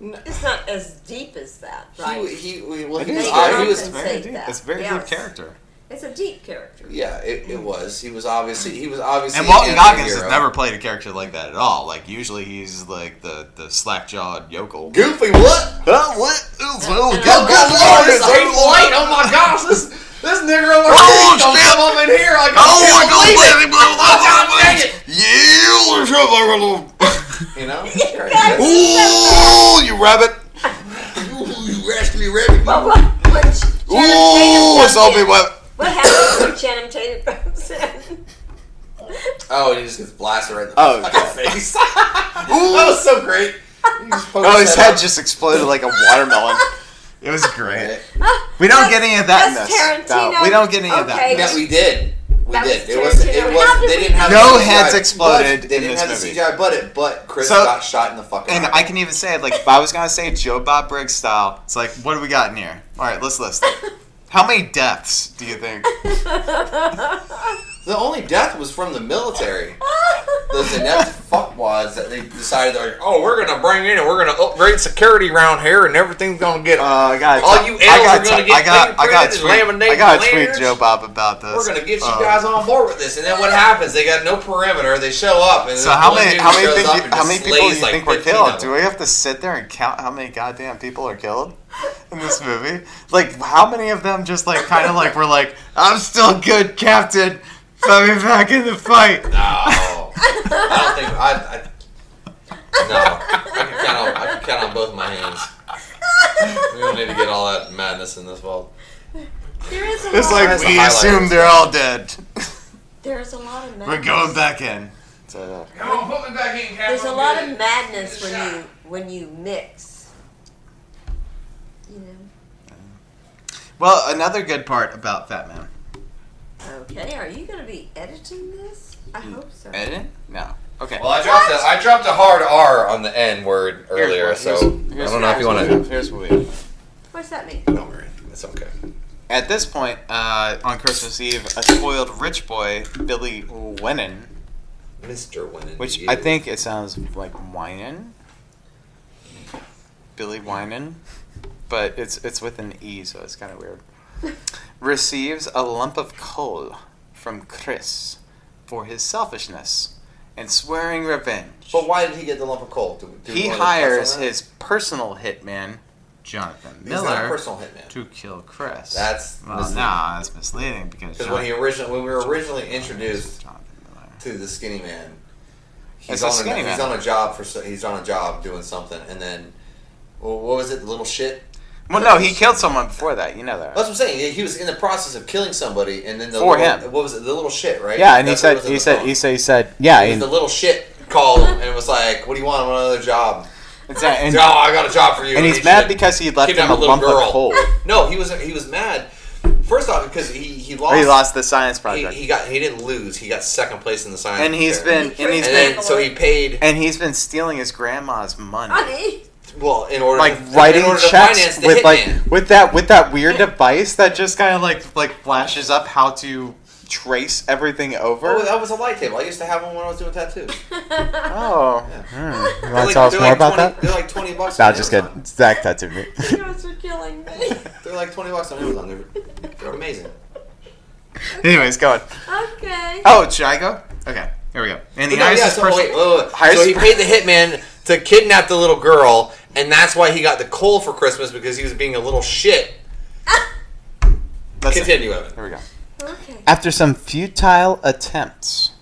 It's not as deep as that, right?
He, he, well,
It
he was,
is
uh,
very-
he was
Compensate
very deep.
that.
That's a very
Yes.
deep character.
it's a deep character.
yeah, it, it was. He was obviously he was obviously
And
an
Walton Goggins has
anti-hero.
never played a character like that at all. Like usually he's like the the slack jawed yokel.
goofy. What?
Oh, what? Oh, well,
And
go-
I'm
go-
Oh, good lord, it's
go-
April Light. Oh my gosh, this this nigger over
Oh,
here gonna
snap.
come up in here like
Oh,
I
we're
can't
gonna
believe it.
live in blah, blah, blah,
God dang
blah.
it.
Yeah, or something.
You know?
Ooh, you rabbit.
you rascally rabbit.
But what, what,
Ooh, it's all be what.
what happened when Channing Tatum comes in?
Oh, and he just gets blasted right in the
Oh,
fucking face. that was so great. He just pokes
Oh, his
that
head
up.
just exploded like a watermelon. It was great. We
That's-
don't get any of that in
that's
this. No,
Tarantino.
we don't get any of that.
Okay.
in this.
Yeah, we did. We
That
did.
was
It wasn't. It
Tarantino.
wasn't.
How did
they
we
didn't have
No
the CGI
heads
budget.
exploded
They
in
didn't
this
have
movie.
the CGI budget, but Chris
So-
got shot in the fucking.
And
eye.
I can even say it like if I was gonna say Joe Bob Briggs style, it's like what do we got in here? All right, let's list. it. How many deaths do you think?
the only death was from the military. Those inept fuckwads that they decided they're like, oh, we're gonna bring in and we're gonna upgrade security around here and everything's gonna get.
Uh, I got.
All you
I got.
elves are gonna
I
get
got. I got.
fingerprinted and
tweet- I
laminated
got to tweet
layers.
Joe Bob about this.
we're gonna get you
Uh,
guys on board with this, and then what happens? They got no perimeter. They show up, and
So
this
how
one
many?
dude
How many?
shows up
Think you,
and
how
just
many people do
slays
you
like
think were
15
killed?
of
Do
them.
we have to sit there and count how many goddamn people are killed in this movie? Like how many of them just like kind of like were like, I'm still good, Captain. Put me back in the fight.
No, I don't think I. I no, I can count on I can count on both my hands. We don't need to get all that madness in this world.
There is a
It's
lot.
like
That's the
we
highlight.
assume they're all dead.
there is a lot of madness.
We're going back in. uh,
Come on, put me back in, Captain.
There's a lot of madness when you when you mix. You know.
Well, another good part about Fat Man.
Okay, are you gonna be editing this? I hope so.
Edit? No. Okay.
Well, I dropped a, I dropped a hard R on the N word earlier, so I don't know if you want to.
Here's what we.
What's that mean?
Don't worry, it's okay.
At this point, uh, on Christmas Eve, a spoiled rich boy, Billy Wenin,
Mr. Winning,
which I think it sounds like whinin. Billy Whinin, but it's it's with an e, so it's kind of weird. Receives a lump of coal from Chris for his selfishness and swearing revenge.
But why did he get the lump of coal? Do, do we
he
wanna touch on
hires
that?
his personal hitman, Jonathan
He's not a
Miller,
personal hitman.
to kill Chris.
That's
well, nah, that's misleading because
because when he
Jonathan,
originally when we were originally introduced
Jonathan Miller.
to the skinny man. He's
It's a
on
skinny
he's
man.
on a job for so- he's on a job doing something, and then well, what was it? The little shit.
Well, no, he killed someone before that. You know that.
That's what I'm saying. He- He was in the process of killing somebody, and then the
For
little,
him.
What was it? The little shit, right?
Yeah, and he
That's what it
said,
was in
he
the
said,
phone.
he said, he said, yeah,
It was
and,
the little shit called him and was like, "What do you want? I want another job."
it's- and,
No, I got a job for you.
and he's
shit.
mad because he left him
Kidnapped
a
a little
lump
girl.
of coal.
no, he was he was mad. First off, because he he lost.
Or he lost the science
He,
project,
he got he didn't lose. He got second place in the science.
and he's
fair.
been and he's
and
been
then, so he paid
and he's been stealing his grandma's money,
Honey,
Well, in order
like
to,
Writing
in order to finance
checks
the
with
hitman.
like with that with that weird device that just kind
kind of like like flashes up how to trace everything over.
Oh, that was a light table. I used to have one when I was doing tattoos.
Oh,
Yeah.
hmm. you want
They're like-
to tell us
they're
more
like
about
20
that?
They're like twenty bucks.
No,
on
just
Amazon.
kidding. Zach tattooed me.
you guys are killing me.
They're like twenty bucks on Amazon. They're, they're amazing.
Anyways, go on.
Okay.
Oh, should I go? Okay, here we go. And he
But no,
hires
yeah,
this
so,
person.
wait, wait, wait.
hires
so he
this
paid the hitman to kidnap the little girl, and that's why he got the coal for Christmas because he was being a little shit.
That's it.
Continue, Evan.
Here we go.
Okay.
After some futile attempts,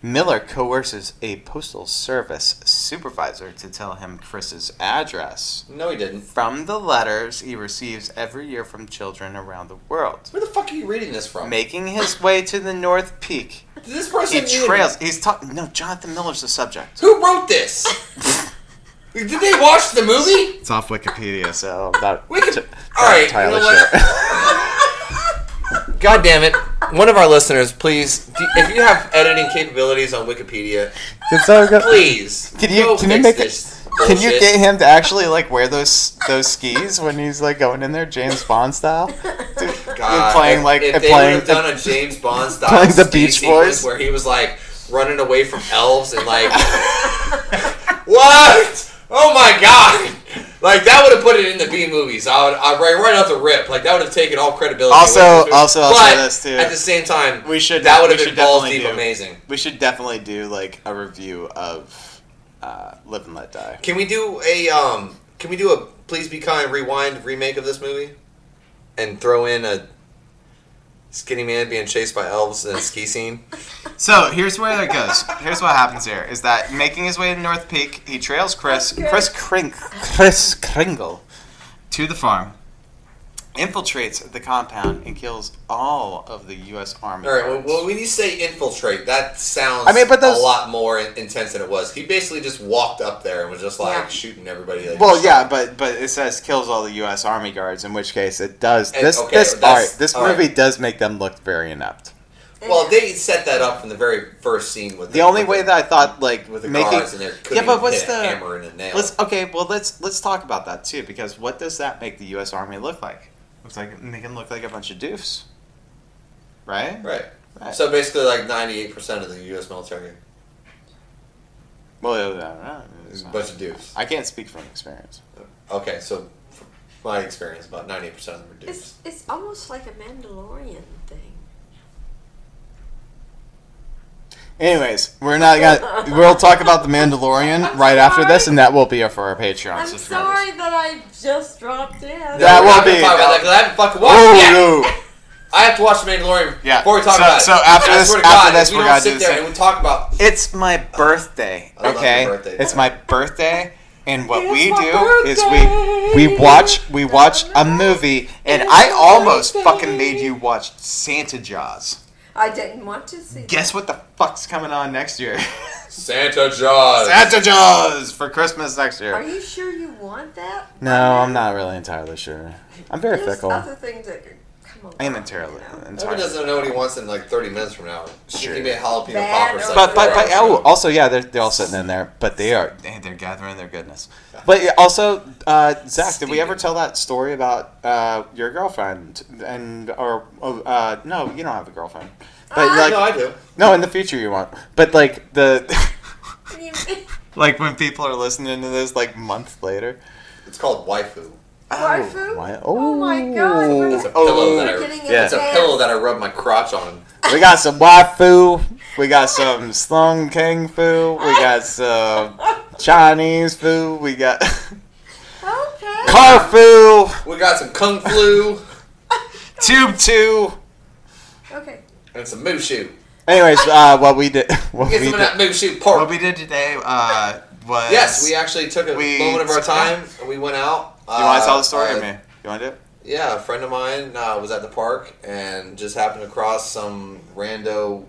Miller coerces a postal service supervisor to tell him Chris's address
No, he didn't.
from the letters he receives every year from children around the world.
Where the fuck are you reading this from?
Making his way to the North Peak,
This person
he
needed-
trails. He's talking. No, Jonathan Miller's the subject.
Who wrote this? Did they watch the movie?
It's off Wikipedia, so
so that
We can.
that
All right, you
Tyler
know what?
shit.
God damn it. one of our listeners, please, do- if you have editing capabilities on Wikipedia,
Can someone go-
please
Can you-
go
can you
fix
make it-
this
Can you
bullshit.
get him to actually like wear those those skis when he's like going in there, James Bond style?
God,
playing,
if-
like,
if
and
they
playing-
would've done a James Bond style
playing the
ski
Beach
sequence
Boys?
where he was like running away from elves and like what? Oh my god! Like that would have put it in the B movies. I would, I right right off the rip. Like that would have taken all credibility. away
Also-
from this movie.
also, I'll say
But
this, too.
At the same time,
We should-
That would
we
have been
should
balls
definitely
deep,
do.
amazing.
We should definitely do like a review of uh, Live and Let Die.
Can we do a um? Can we do a please be kind rewind remake of this movie, and throw in a skinny man being chased by elves in a ski scene?
So here's where that goes. Here's what happens here is that making his way to North Peak, he trails Chris, Chris Crink,
Chris Kringle.
to the farm, infiltrates the compound, and kills all of the U.S. Army.
All right. Well, well, when you say infiltrate, that sounds
I mean, but those-
a lot more in- intense than it was. He basically just walked up there and was just like
Yeah.
shooting everybody. Like,
Well, yeah, but but it says kills all the U.S. Army guards, in which case it does.
And-
This
okay,
this all
that's-
right, this
all right.
movie does make them look very inept.
Well, they set that up from the very first scene with
The only
with
way that I thought like
with the
making
guards and there couldn't
Yeah, but
even
what's
hit
the-
a hammer and a nail.
let's okay, well let's let's talk about that too because what does that make the U.S. Army look like?
Looks like make him look like a bunch of doofs, right?
right.
Right.
So basically, like ninety-eight percent of the U.S. military,
Well, I don't know.
is a bunch of dudes.
I can't speak from experience.
Okay, so from my experience, about ninety-eight percent of them are dudes.
It's, it's almost like a Mandalorian thing.
Anyways, we're not gonna. we'll talk about the Mandalorian
I'm
right after
sorry.
this, and that will be it for our Patreon.
I'm sorry that I just dropped in.
That
we're
will
not gonna
be-
talk about that 'cause I haven't fucking watched it yet.
Oh, no.
I have to watch The Mandalorian
Yeah,
before we talk
so-
about it.
so after
I
this-
swear to
after
God,
this,
if we
we're
don't
gonna
sit
do the
there
same.
and we talk about
It's my birthday.
I love your
okay,
birthday.
it's my birthday, and what
It's
we
my
do
birthday.
is we we watch we watch a movie, and
It's
I
my
almost
birthday.
fucking made you watch Santa Jaws.
I didn't want to see
Guess what the fuck's coming on next year?
Santa Jaws.
Santa Jaws for Christmas next
that. Are
year.
you sure you want that?
No, I'm not really entirely sure. I'm very
There's
fickle.
other things that could come along.
I am entirely
Everyone
entirely.
doesn't know what he wants in like 30 minutes from now. Sure.
Sure.
He can be a jalapeno
Bad
popper. Like
But but
four
but
hours
oh,
ago.
also yeah, they're they're all sitting in there, but they are.
And they're gathering their goodness.
But yeah, also, uh, Zach, did we ever tell that story about uh, your girlfriend and or uh, no, you don't have a girlfriend, but like
no, I do.
no, in the future you won't. But like the
What do you mean?
like when people are listening to this like months later.
It's called waifu.
Waifu?
why-
Oh my god.
Oh.
we're-
It's a
Oh,
pillow that
we're
I.
getting
yeah.
It's a pillow that I rub my crotch on.
We got some waifu. We got some slung king foo. We got some Chinese foo. We got
Okay.
car foo.
We got some kung flu
Tube two.
Okay.
and some mushu.
Anyways, uh, what we did, what
Get
we
some of
did,
that mushu pork.
What we did today uh, was
yes, we actually took a
We-
moment of our time and we went out.
You want to tell the story
uh,
or me? You want to do it?
Yeah, a friend of mine uh, was at the park and just happened across some rando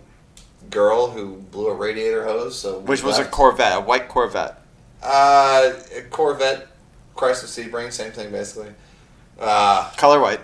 girl who blew a radiator hose. So we
which was a
left.
Corvette, a white Corvette.
Uh, Corvette, Chrysler Sebring, same thing basically. Uh,
Color white.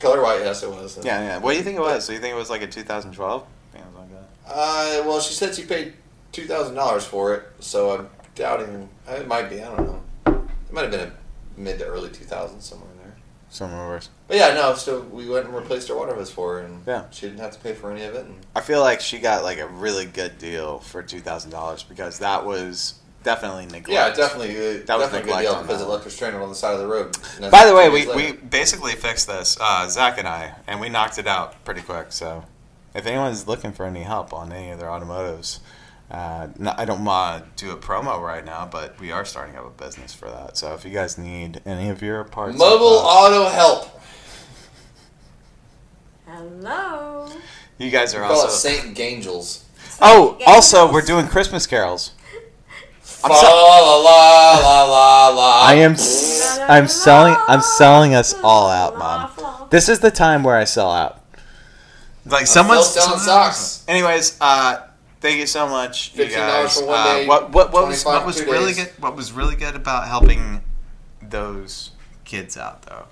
color white, yes, it was.
Yeah, yeah. What do you think it was? So you think it was like a 2012? Things like that.
Uh, well, she said she paid two thousand dollars for it, so I'm doubting uh, it might be. I don't know. It might have been a mid to early two thousands somewhere in there.
Somewhere worse.
But yeah, no. So we went and replaced her water hose for her, and
Yeah.
she didn't have to pay for any of it. And
I feel like she got like a really good deal for $2,000 because that was definitely neglected.
yeah, definitely, uh,
That was
definitely a good
neglect
deal
on
because
that
it
one.
left her stranded on the side of the road. And that's
By the way,
two
we,
days
we
later.
basically fixed this, uh, Zach and I, and we knocked it out pretty quick. So, if anyone's looking for any help on any of their automotives, uh, no- I don't want to do a promo right now, but we are starting up a business for that. So, if you guys need any of your parts, uh, like
mobile
that,
auto help.
Hello.
you guys are
Call it
also.
Saint Gangels.
Oh, also, we're doing Christmas carols.
Fa la la la la la.
I am, s- I'm selling, I'm selling us all out, mom. This is the time where I sell out.
Like someone's
still selling socks.
Anyways, uh, thank you so much, you
$15
guys.
for one
Uh,
day,
what what, what was
25
what was
for two
really
days.
good? What was really good about helping those kids out though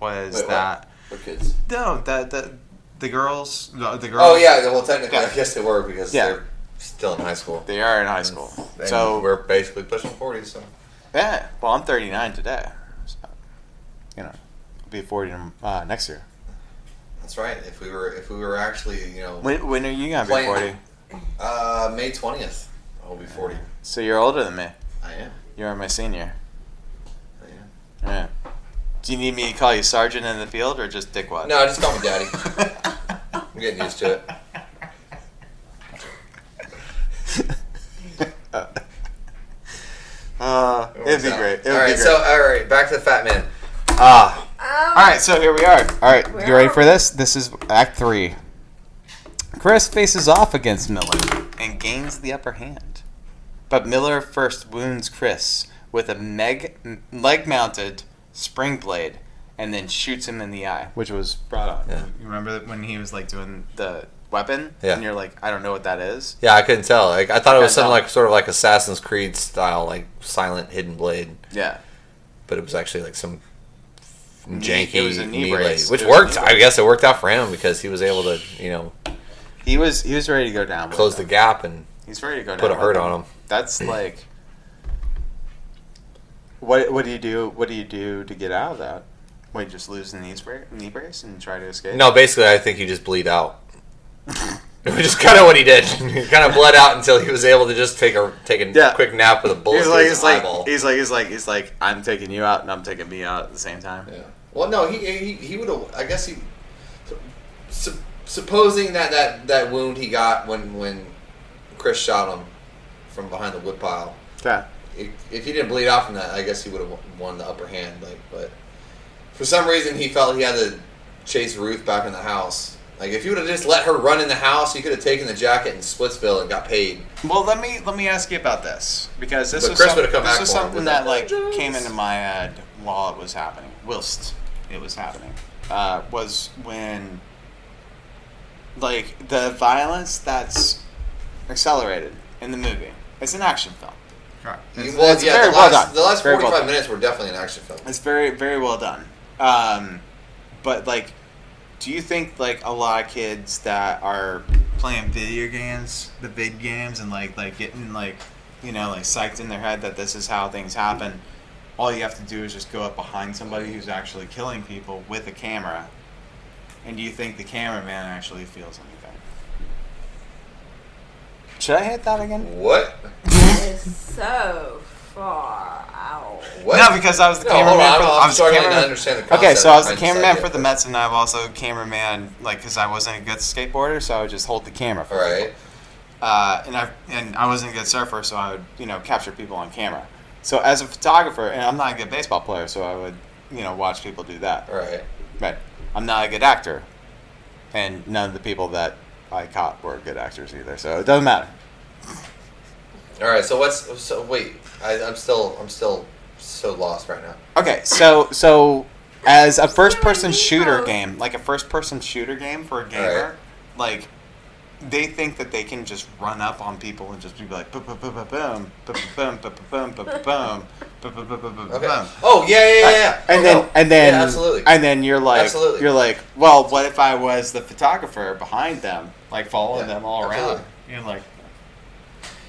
was
Wait, what?
that
For kids.
no that that
The girls, the, the girls.
Oh yeah, well technically
Yeah.
I guess they were because
Yeah.
they're still in high school.
They are in high school.
And
So
we're basically pushing forty. So
yeah. Well, I'm 39 today. So, you know, I'll be 40 in, uh, next year.
that's right. If we were if we were actually you know
When, when are you gonna be
Plan.
40?
uh, May twentieth, I'll be forty.
So you're older than me.
I am.
You are my senior.
I am.
Yeah. Do you need me to call you sergeant in the field or just dickwad?
No, just call me daddy. I'm getting used to it.
Uh, it'd be
So,
great. It would
all
be
right,
great.
so all right, back to the fat man.
Ah.
Oh,
All right, so here we are. All right,
We're
you ready
out.
for this? This is Act Three. Chris faces off against Miller and gains the upper hand, but Miller first wounds Chris with a meg- leg-mounted spring blade, and then shoots him in the eye, which was brought up.
Yeah.
You remember that when he was like doing the weapon,
Yeah.
and you're like, I don't know what that is.
Yeah, I couldn't tell. Like, I thought it was
Couldn't
something
tell.
like sort of like Assassin's Creed style, like silent hidden blade,
Yeah,
but it was actually like some janky
it was a knee brace.
blade, which
It was a
worked.
knee
I guess it worked out for him because he was able to you know
he was he was ready to go down. with
close
it.
the gap and
He's ready to go.
put
down
a
with
hurt
it.
on him.
That's like. What what do you do? What do you do to get out of that? Wait, just lose the knee brace, knee brace and try to escape?
No, basically, I think you just bleed out. Which is kind of what he did. he kind of bled out until he was able to just take a take a
Yeah.
quick nap with a bullet
He's
through
like,
his
he's like,
eyeball.
he's like, he's like, he's like, I'm taking you out and I'm taking me out at the same time.
Yeah. Well, no, he he, he would have. I guess he. Su- supposing that, that that wound he got when when Chris shot him from behind the woodpile,
Yeah.
if, if he didn't bleed out from that, I guess he would have won the upper hand. Like, but for some reason, he felt he had to chase Ruth back in the house. Like, if you would have just let her run in the house, he could have taken the jacket in Splitsville and got paid.
Well, let me let me ask you about this because this
But
was
Chris
some-
would've come
this
back
was
for him
something
with
that
the
like
vengeance.
came into my head while it was happening, whilst it was happening, uh, was when like the violence that's accelerated in the movie. It's an action film. It's,
well,
it's
yeah,
very
the
well
last,
done.
the last
Very well
45
done.
minutes were definitely an action film.
It's very very well done. Um, but like, do you think like a lot of kids that are playing video games, the vid games, and like like getting like you know like psyched in their head that this is how things happen? All you have to do is just go up behind somebody who's actually killing people with a camera. And do you think the cameraman actually feels anything? Should I hit that again?
What?
that is so far out.
What?
No, because I was the
No, hold on,
cameraman.
I'm,
for the-
I'm
I was the
starting to
cameraman-
understand the concept.
Okay, so I was the
behind this
cameraman
idea.
for the Mets, and I've also cameraman like because I wasn't a good skateboarder, so I would just hold the camera. For
All right.
Uh, and I and I wasn't a good surfer, so I would you know capture people on camera. So as a photographer, and I'm not a good baseball player, so I would you know watch people do that.
All right.
Right. I'm not a good actor, and none of the people that I caught were good actors either. So it doesn't matter.
All right. So what's? So wait. I, I'm still. I'm still so lost right now.
Okay, so so as a first person
Meatballs.
shooter game, like a first person shooter game for a gamer, like they think that they can just run up on people and just be like boom boom boom boom boom boom boom boom boom boom boom boom boom boom boom
Okay.
boom.
Oh yeah, yeah, yeah. yeah.
And then
Oh, no.
and then
Yeah, absolutely.
and then you're like
Absolutely.
you're like, well, what if I was the photographer behind them, like following
Yeah,
them all around?
absolutely.
You're like,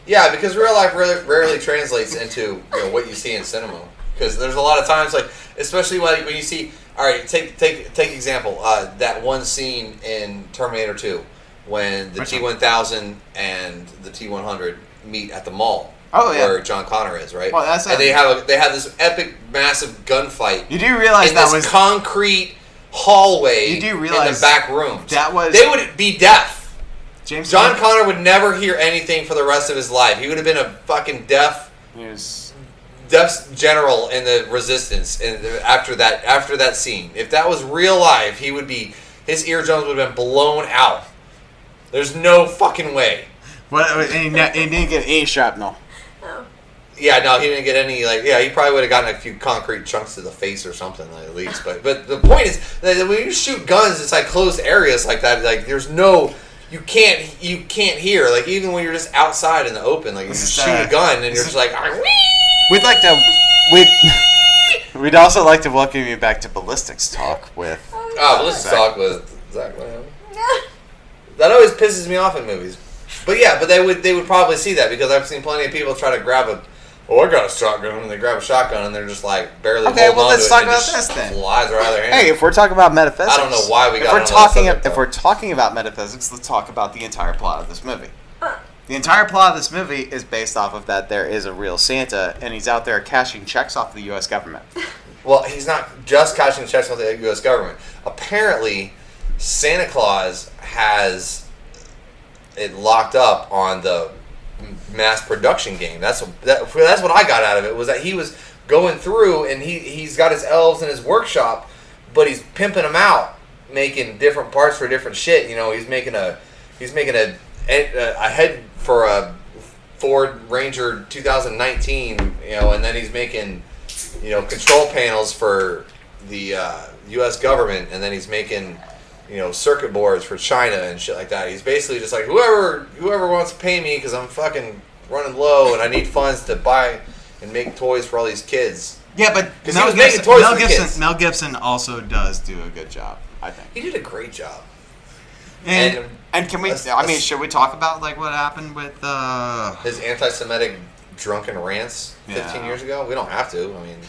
Yeah, because real life really, rarely translates into you know, what you see in cinema. Because there's a lot of times, like especially when, when you see, all right, take take take example uh, that one scene in Terminator Two when the
Which
T
one?
one thousand and the T one hundred meet at the mall.
Oh, yeah.
where John Connor is right.
Well, that's
and
a-
they have a, they have this epic, massive gunfight
you do realize
in
that
this
was
concrete hallway.
You do
in
realize
the back rooms
that was-
they would be deaf.
James
John
Cameron-
Connor would never hear anything for the rest of his life. He would have been a fucking deaf,
He was-
deaf general in the resistance. And after that, after that scene, if that was real life, he would be his eardrums would have been blown out. There's no fucking way.
What? He he didn't get any shrapnel. Oh,
Yeah, no, he didn't get any. Like, yeah, he probably would have gotten a few concrete chunks to the face or something like, at least. But, but the point is that when you shoot guns inside closed areas like that, like there's no, you can't, you can't hear. Like even when you're just outside in the open, like you
This is,
shoot
uh,
a gun and you're just like, "Ah, wee!"
We'd like to. We'd, we'd also like to welcome you back to Ballistics Talk with.
oh, well, let's talk with Zach. Lamb.
No.
That always pisses me off in movies. But yeah, but they would they would probably see that because I've seen plenty of people try to grab a. Oh, I got a shotgun, and they grab a shotgun, and they're just like barely.
Okay,
holding
well,
onto
let's
it,
talk
and it
about
just
this then.
Flies right out of their hand.
Hey, if we're talking about metaphysics,
I don't know why we
If
got
we're
on that
talking,
subject,
if
though.
we're talking about metaphysics, let's talk about the entire plot of this movie. The entire plot of this movie is based off of that there is a real Santa, and he's out there cashing checks off the U.S. government.
Well, he's not just cashing checks with the U.S. government. Apparently, Santa Claus has it locked up on the mass production game. That's what, that, that's what I got out of it was that he was going through and he he's got his elves in his workshop, but he's pimping them out, making different parts for different shit. You know, he's making a he's making a a, a head for a Ford Ranger 2019. You know, and then he's making you know control panels for the uh, U.S. government, and then he's making you know circuit boards for China and shit like that. He's basically just like whoever whoever wants to pay me because I'm fucking running low and I need funds to buy and make toys for all these kids.
Yeah, but
'Cause he
Mel
was making
Gibson,
toys
Mel,
for the
Gibson
kids.
Mel Gibson also does do a good job, I think.
He did a great job.
And and,
And-
can we?
let's-
I mean,
let's-
should we talk about like what happened with? Uh,
His anti-Semitic drunken rants 15
Yeah.
years ago. We don't have to. I mean,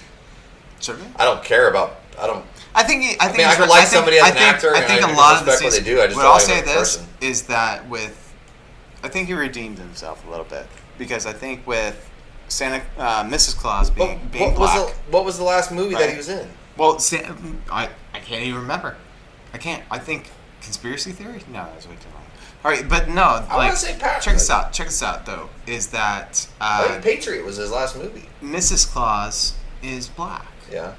should we?
I don't care about. I don't.
I think. he- I think.
mean, I
he's
could
re-
like
think-
somebody as
I
an
think-
actor,
I
and
think
I
a lot of the
respect what they
season.
do, I just
what
don't
I'll
like them
say
as a
this
person.
is that with, I think he redeemed himself a little bit because I think with Santa, uh, Mrs. Claus being
What,
being
what was
black.
the, what was the last movie that
Right.
he was in?
Well, Sa- I I can't even remember. I can't. I think conspiracy theory. No, that's way too long. All right, but no.
I
like,
wanna say Patriot.
check this out. Check this out though. Is that
I
uh,
think Patriot was his last movie.
Mrs. Claus is black,
Yeah.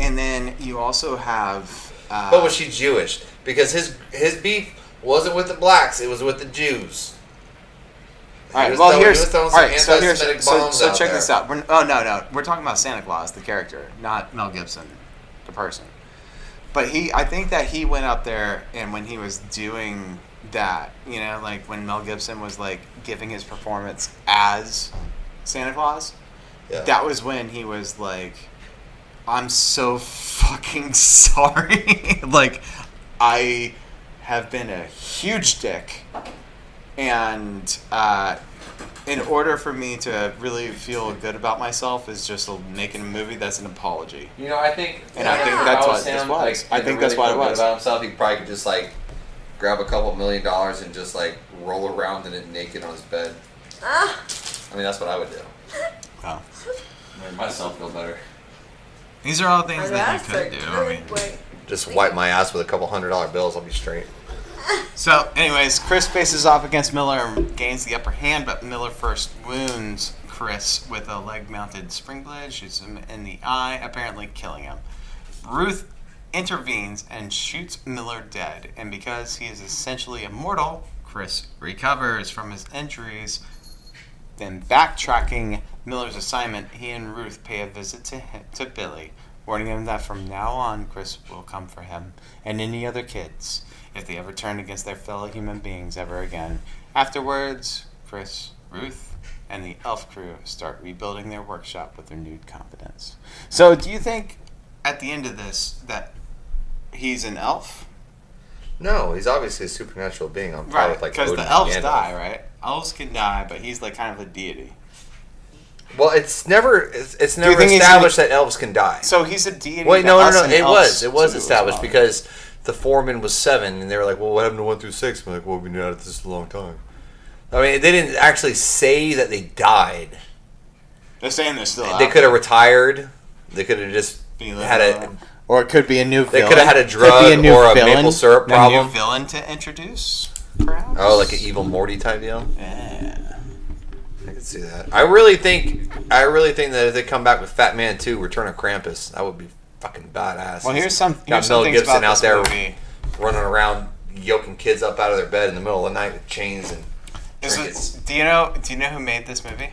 and then you also have. Uh,
But was she Jewish? Because his his beef wasn't with the blacks; it was with the Jews.
All
He
right.
was
Well,
throwing- he
here's
was throwing
all right.
some
So here's
anti-Semitic
so,
bombs
so
out
check
there.
this out. We're, oh no, no, we're talking about Santa Claus, the character, not Mel Gibson, the person. But he, I think that he went up there, and when he was doing that, you know, like when Mel Gibson was like giving his performance as Santa Claus,
Yeah.
that was when he was like, "I'm so fucking sorry," like I have been a huge dick and uh, in order for me to really feel good about myself is just a- making a movie that's an apology.
You know, I think,
And I think that's what this was. I think that's what it was.
About himself, he probably could just like grab a couple million dollars and just like roll around in it naked on his bed.
Ah,
I mean, that's what I would do.
Wow.
Make myself feel better.
These are all things that
that's
you
a
could do. I mean.
good way.
Just wipe my ass with a couple hundred dollar bills. I'll be straight.
So, anyways, Chris faces off against Miller and gains the upper hand, but Miller first wounds Chris with a leg mounted spring blade, shoots him in the eye, apparently killing him. Ruth intervenes and shoots Miller dead, and because he is essentially immortal, Chris recovers from his injuries. Then, backtracking Miller's assignment, he and Ruth pay a visit to, him, to Billy, warning him that from now on, Chris will come for him and any other kids if they ever turn against their fellow human beings ever again. Afterwards, Chris, Ruth, and the elf crew start rebuilding their workshop with renewed confidence. So, do you think at the end of this that he's an elf?
No, he's obviously a supernatural being. I'm probably
Right,
with like
because
Odin
the
and
elves
Gandalf.
die, right? Elves can die, but he's like kind of a deity.
Well, it's never it's, it's
you
never
think he's
established that elves can die.
So he's a deity.
Wait,
to
no, no,
us
no.
and
It
elves
was. It was
too, as
established
well.
because the foreman was seven, and they were like, "Well, what happened to one through 6 I'm like, "Well, we've been at this a long time." I mean, they didn't actually say that they died.
they're saying they're still.
They
out
could have retired. They could have just
there.
had a.
um,
Or it could be a new
They
villain.
could have had a drug
Could be a new
or a
villain.
maple syrup
a new
problem.
villain to introduce, perhaps.
Oh, like an evil Morty type deal.
Yeah.
I could see that. I really think. I really think that if they come back with Fat Man Two, Return of Krampus, that would be fucking badass.
Well, here's some.
Got
Here's
Mel
some things
Gibson
about
out
this
there.
Movie.
running around yoking kids up out of their bed in the middle of the night with chains and
This
trinkets.
was, do you know? Do you know who made this movie?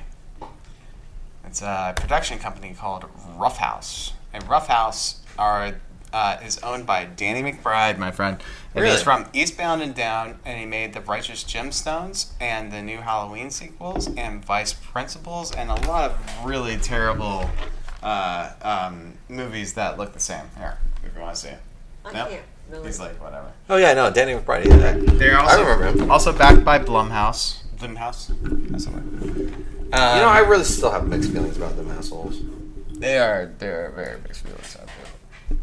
It's a production company called Rough House, and Rough House are uh, is owned by Danny McBride, my friend. And
Really?
He's from Eastbound and Down, and he made the Righteous Gemstones and the new Halloween sequels and Vice Principals and a lot of really terrible uh, um, movies that look the same. Here, if you want to see it.
I
Nope.
can't. Miller.
He's like whatever.
Oh yeah, no, Danny McBride. did that.
They're
I
also
remember him. You know,
also backed by Blumhouse. Blumhouse. That's all right. Uh,
I really still have mixed feelings about them assholes.
They are they are very mixed feelings. I feel.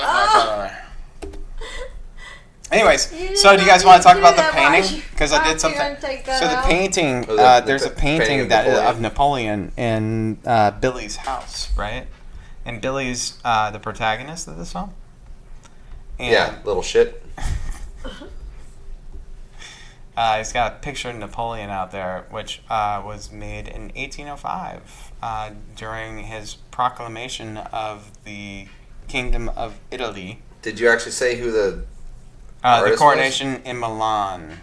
Ah. uh, Anyways, so do you guys want to talk about the painting? Because I did something. So the painting,
Oh, the-
uh,
the
there's a
pa- painting
painting
of
that
Napoleon.
of Napoleon in uh, Billy's house, right? And Billy's uh, the protagonist of this film. And,
Yeah, little shit.
Uh, he's got a picture of Napoleon out there, which uh, was made in 1805 uh, during his proclamation of the Kingdom of Italy,
Did you actually say who the?
uh, the
Artist was?
coronation in Milan.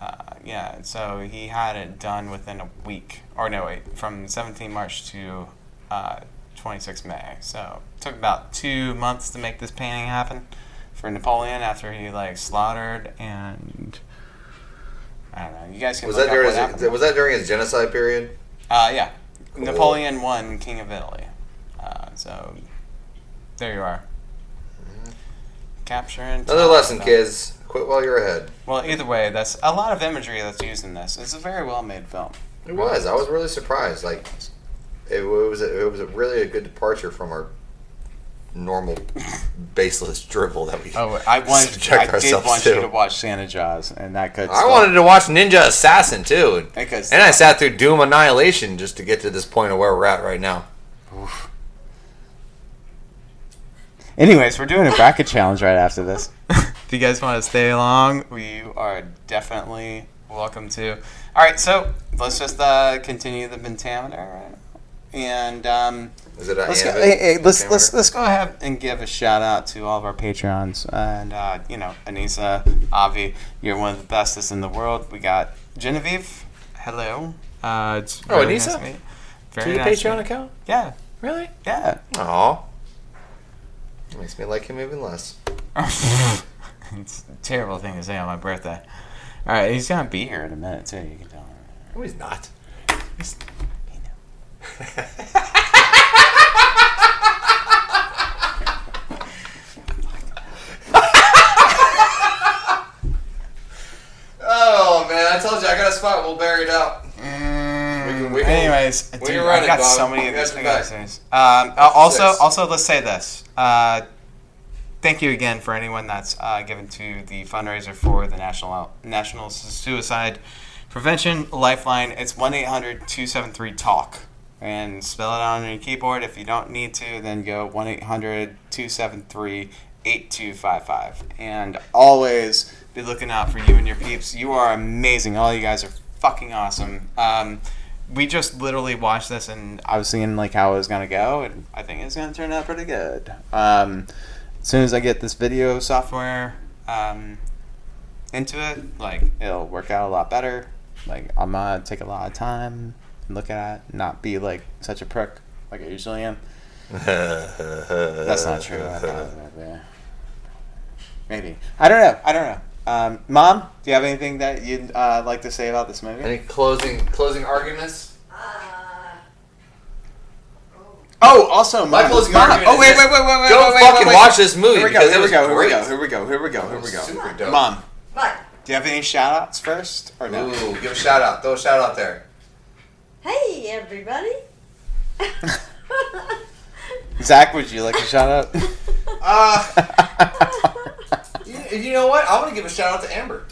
Uh, yeah, so he had it done within a week, or no, wait, from 17 March to uh, 26 May. So it took about two months to make this painting happen for Napoleon after he like slaughtered and. I don't know. You guys can
Was
look
that
up
during
what happened.
his, was that during his genocide period?
Uh, yeah. Napoleon won King of Italy. Uh, so there you are. Capture and
Mm-hmm. Another lesson,
Uh,
kids. Quit while you're ahead.
Well, either way, that's a lot of imagery that's used in this. It's a very well made film.
It was. I was really surprised. Like, it was. A, it was a really a good departure from our normal, baseless drivel that we.
Oh, I wanted,
subject
I did
ourselves
want
to.
you to watch Santa Jaws, and that could.
I wanted to watch Ninja Assassin too,
That could
and I
stop.
sat through Doom Annihilation just to get to this point of where we're at right now.
Anyways, we're doing a bracket challenge right after this. if you guys want to stay along, we are definitely welcome to. All right, so let's just uh, continue the pentameter, right? And um,
Is it? a
let's go,
Annabelle?
hey, hey, let's,
Pentameter?
let's, let's go ahead and give a shout out to all of our Patreons. And, uh, you know, Anissa, Avi, you're one of the bestest in the world. We got Genevieve. Hello. Uh, it's
Oh,
very
Anissa?
Nice to meet you. Very nice to meet you.
account?
Yeah,
Really?
yeah.
Aw. Makes me like him even less.
It's a terrible thing to say on my birthday. All right, he's gonna be here in a minute too. You can tell him.
No, he's not. oh man, I told you I got a spot. We'll bury it out. can- we can-
Anyways,
we
dude,
can run
I've
it,
got
Bob.
so many
We
of
got
these
your
things. I gotta
back.
say. Um, uh, also,
Six.
also, let's say this. Uh, thank you again for anyone that's uh, given to the fundraiser for the National National Suicide Prevention Lifeline. It's one 273 talk and spell it out on your keyboard. If you don't need to, then go one 273 8255 and always be looking out for you and your peeps. You are amazing. All you guys are fucking awesome. Um, we just literally watched this and I was seeing like how it was gonna go, and I think it's gonna turn out pretty good. Um, as soon as I get this video software um, into it, like it'll work out a lot better. Like I'm gonna take a lot of time and look at it, not be like such a prick like I usually am. That's not true. I probably- yeah. Maybe I don't know. I don't know. Um, Mom, do you have anything that you'd uh, like to say about this movie?
Any closing closing arguments?
Uh,
Oh, also,
My
Mom.
closing
Mom.
argument
Oh,
is
wait,
this.
wait, wait, wait, wait.
Go
wait, wait,
fucking
wait, wait.
watch this movie
Here we go,
because it
here we
was
go, here we
great.
go, here we go, here we go, here we go.
Super dope.
Mom,
But
do you have any shout outs first? Or no?
Ooh, give a shout out. Throw a shout out there.
hey, everybody.
Zach, would you like a shout out?
Uh, you, you know what? I'm gonna give a shout out to Amber.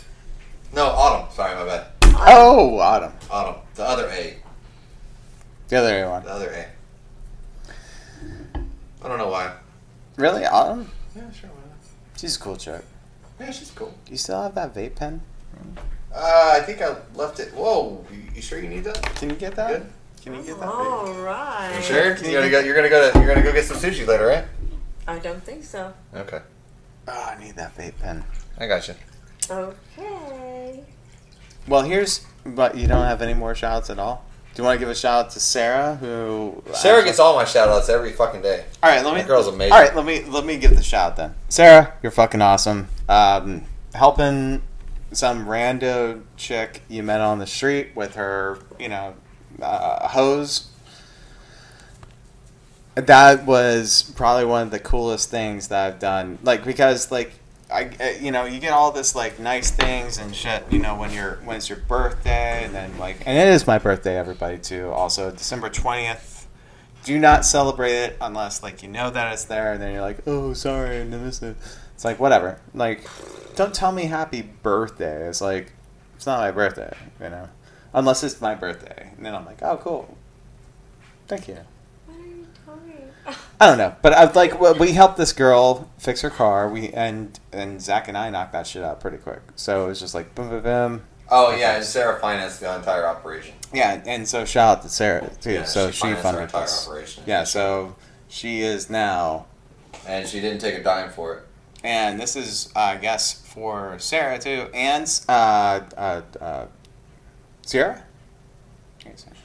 No, Autumn. Sorry, my bad.
oh, Autumn.
Autumn. The other A.
The other one.
The other A. I don't know why.
Really? Autumn?
Yeah, sure. Why not?
She's a cool chick.
Yeah, she's cool.
Do you still have that vape pen?
Uh, I think I left it. Whoa, you, you sure you need that?
Can you get that?
Good.
Can you get that?
All right.
Sure. You're gonna go. You're gonna go. To, you're gonna go get some sushi later, right?
I don't think so.
Okay.
Oh, I need that vape pen.
I got you.
Okay.
Well, here's, but you don't have any more shout outs at all? Do you want to give a shout out to Sarah, who uh,
Sarah gets all my shout outs every fucking day.
All right, let me.
That girl's amazing.
All right, let me let me give the shout then. Sarah, you're fucking awesome. Um, helping some rando chick you met on the street with her, you know, uh, hose. that was probably one of the coolest things that I've done. Like because like I uh, you know you get all this like nice things and shit. You know when you're when it's your birthday and then like and it is my birthday everybody too. Also December twentieth. Do not celebrate it unless like you know that it's there and then you're like oh sorry I missed it. It's like whatever. Like don't tell me happy birthday. It's like it's not my birthday. You know unless it's my birthday and then I'm like oh cool. Thank you.
What are you talking?
I don't know, but I've like well, we helped this girl fix her car. We and and Zach and I knocked that shit out pretty quick. So it was just like boom, boom, boom.
Oh yeah, and Sarah financed the entire operation.
Yeah, and so shout out to Sarah too.
Yeah,
so she,
financed our
funded
entire
us.
operation.
Yeah, so she is now,
and she didn't take a dime for it.
and this is uh, I guess for Sarah too, and uh, uh, uh, Sierra.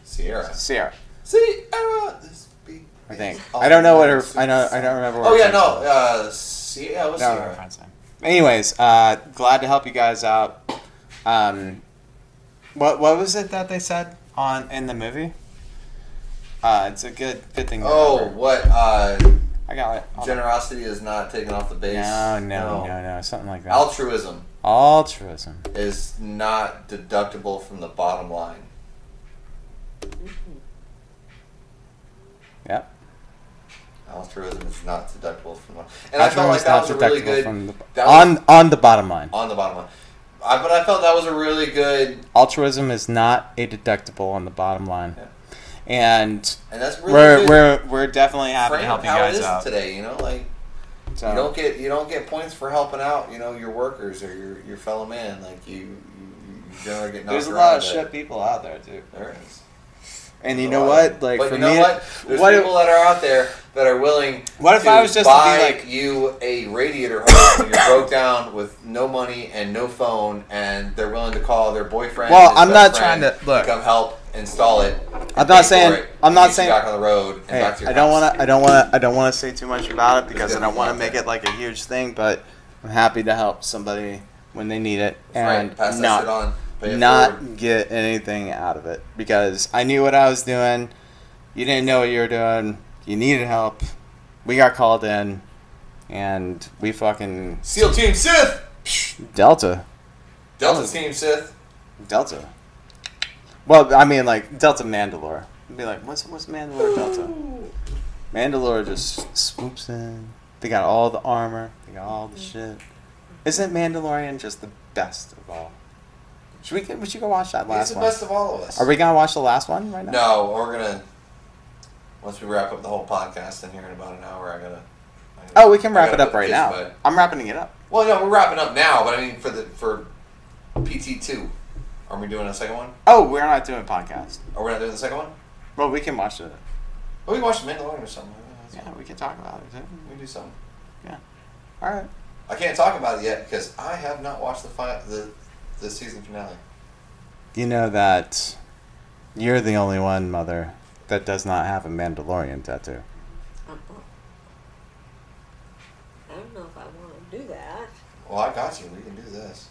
Sierra.
Sierra,
Sierra. this be-
I think. I don't know what her. I know. I don't remember. What
Oh
her
yeah,
friend's
no.
name
Uh, Sierra. What's
No, no,
Sierra?
no, friend's name. Anyways, uh, glad to help you guys out. Um, what what was it that they said on in the movie? Uh, it's a good good thing. to
Oh,
remember.
what? Uh,
I got it. Hold on.
generosity is not taken off the base.
No, no, no, no, something like that.
Altruism
Altruism.
is not deductible from the bottom line.
Yep.
Altruism is not deductible from. The, and I felt like
Altruism's
that was a
not
really
deductible
good
from the-
that was-
on on the bottom line.
on the bottom line. I, but I felt that was a really good,
Altruism is not a deductible on the bottom line,
Yeah.
and
and that's really
we're
good.
we're we're definitely happy
frame
to help
of
you
how it
guys
is
out.
today. You know, like
So-
you don't get you don't get points for helping out. You know, your workers or your, your fellow man. Like you, you, you generally get knocked
There's a
around,
lot of
but
shit people out there too.
There is.
And
There's
you
a
know
lot of-
what? Like
but
for
you know
me,
what? There's
what-
people that are out there that are willing.
What if
to
I was just to be
buy
like-
you a radiator hose when you're broke down with no money and no phone, and they're willing to call their boyfriend.
Well,
his
I'm
best
not trying
friend
to- look.
come help install it. and
I'm not
pay for
saying-
it,
I'm
and
not
get you
saying-
back on the road. And
Hey,
back to your
I don't
house.
want to. I don't want to. I don't want to say too much about it because I
gonna
don't
be
want
out
to make
there.
it like a huge thing. But I'm happy to help somebody when they need it
Right,
and
pass that shit
not
on, pay it forward.
not get anything out of it because I knew what I was doing. You didn't know what you were doing. You needed help. We got called in, and we fucking
SEAL Team Sith.
Delta.
Delta Team Sith.
Delta. Well, I mean, like Delta Mandalore. I'd be like, what's what's Mandalore Delta? Mandalore just swoops in. They got all the armor. They got all the shit. Isn't Mandalorian just the best of all? Should we get? We should go watch that
He's
last
the
one.
best of all of us.
Are we gonna watch the last one right now?
No, we're gonna. Once we wrap up the whole podcast in here in about an hour, I gotta. I gotta-
Oh, we can
I
wrap it
gotta
up
put
right
the
now.
kids to bed.
I'm wrapping it up.
Well, no, we're wrapping up now, but I mean for the for PT two, are we doing a second one?
Oh, we're not doing podcast.
Are we not doing the second one?
Well, we can watch it.
Well, we can watch The Mandalorian or something. Yeah,
Yeah, we can talk about it. Too.
we can do something.
All right.
I can't talk about it yet because I have not watched the fi- the the season finale.
You know that you're the only one, mother, that does not have a Mandalorian tattoo.
Uh-uh. I don't know if I want to do that.
Well, I got you. We can do this.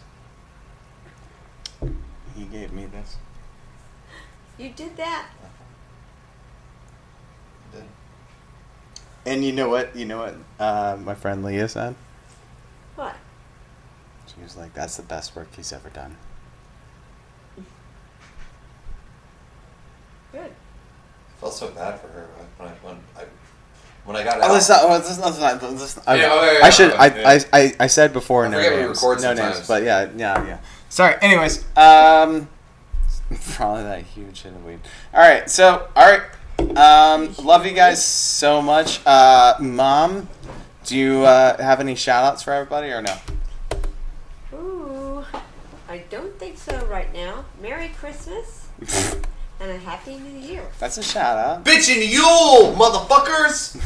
He gave me this.
You did that.
And you know what? You know what? Uh, my friend Leah said.
What?
She was like, "That's the best work he's ever done."
Good.
I felt so bad for her when I when I when I got out.
Oh, let's not. oh, Let's not. Let's not, let's not- okay.
Yeah, okay,
I should. I,
yeah.
I, I, I said before.
I
no
forget we
names.
record
no names.
sometimes.
But yeah, yeah, yeah. Sorry. Anyways, um, probably that huge hit of weed. All right. So, all right. Um, love you guys so much. Uh, mom, do you uh, have any shout outs for everybody or no?
Ooh. I don't think so right now. Merry Christmas and a Happy New Year.
That's a shout out.
Bitchin' Yule, motherfuckers!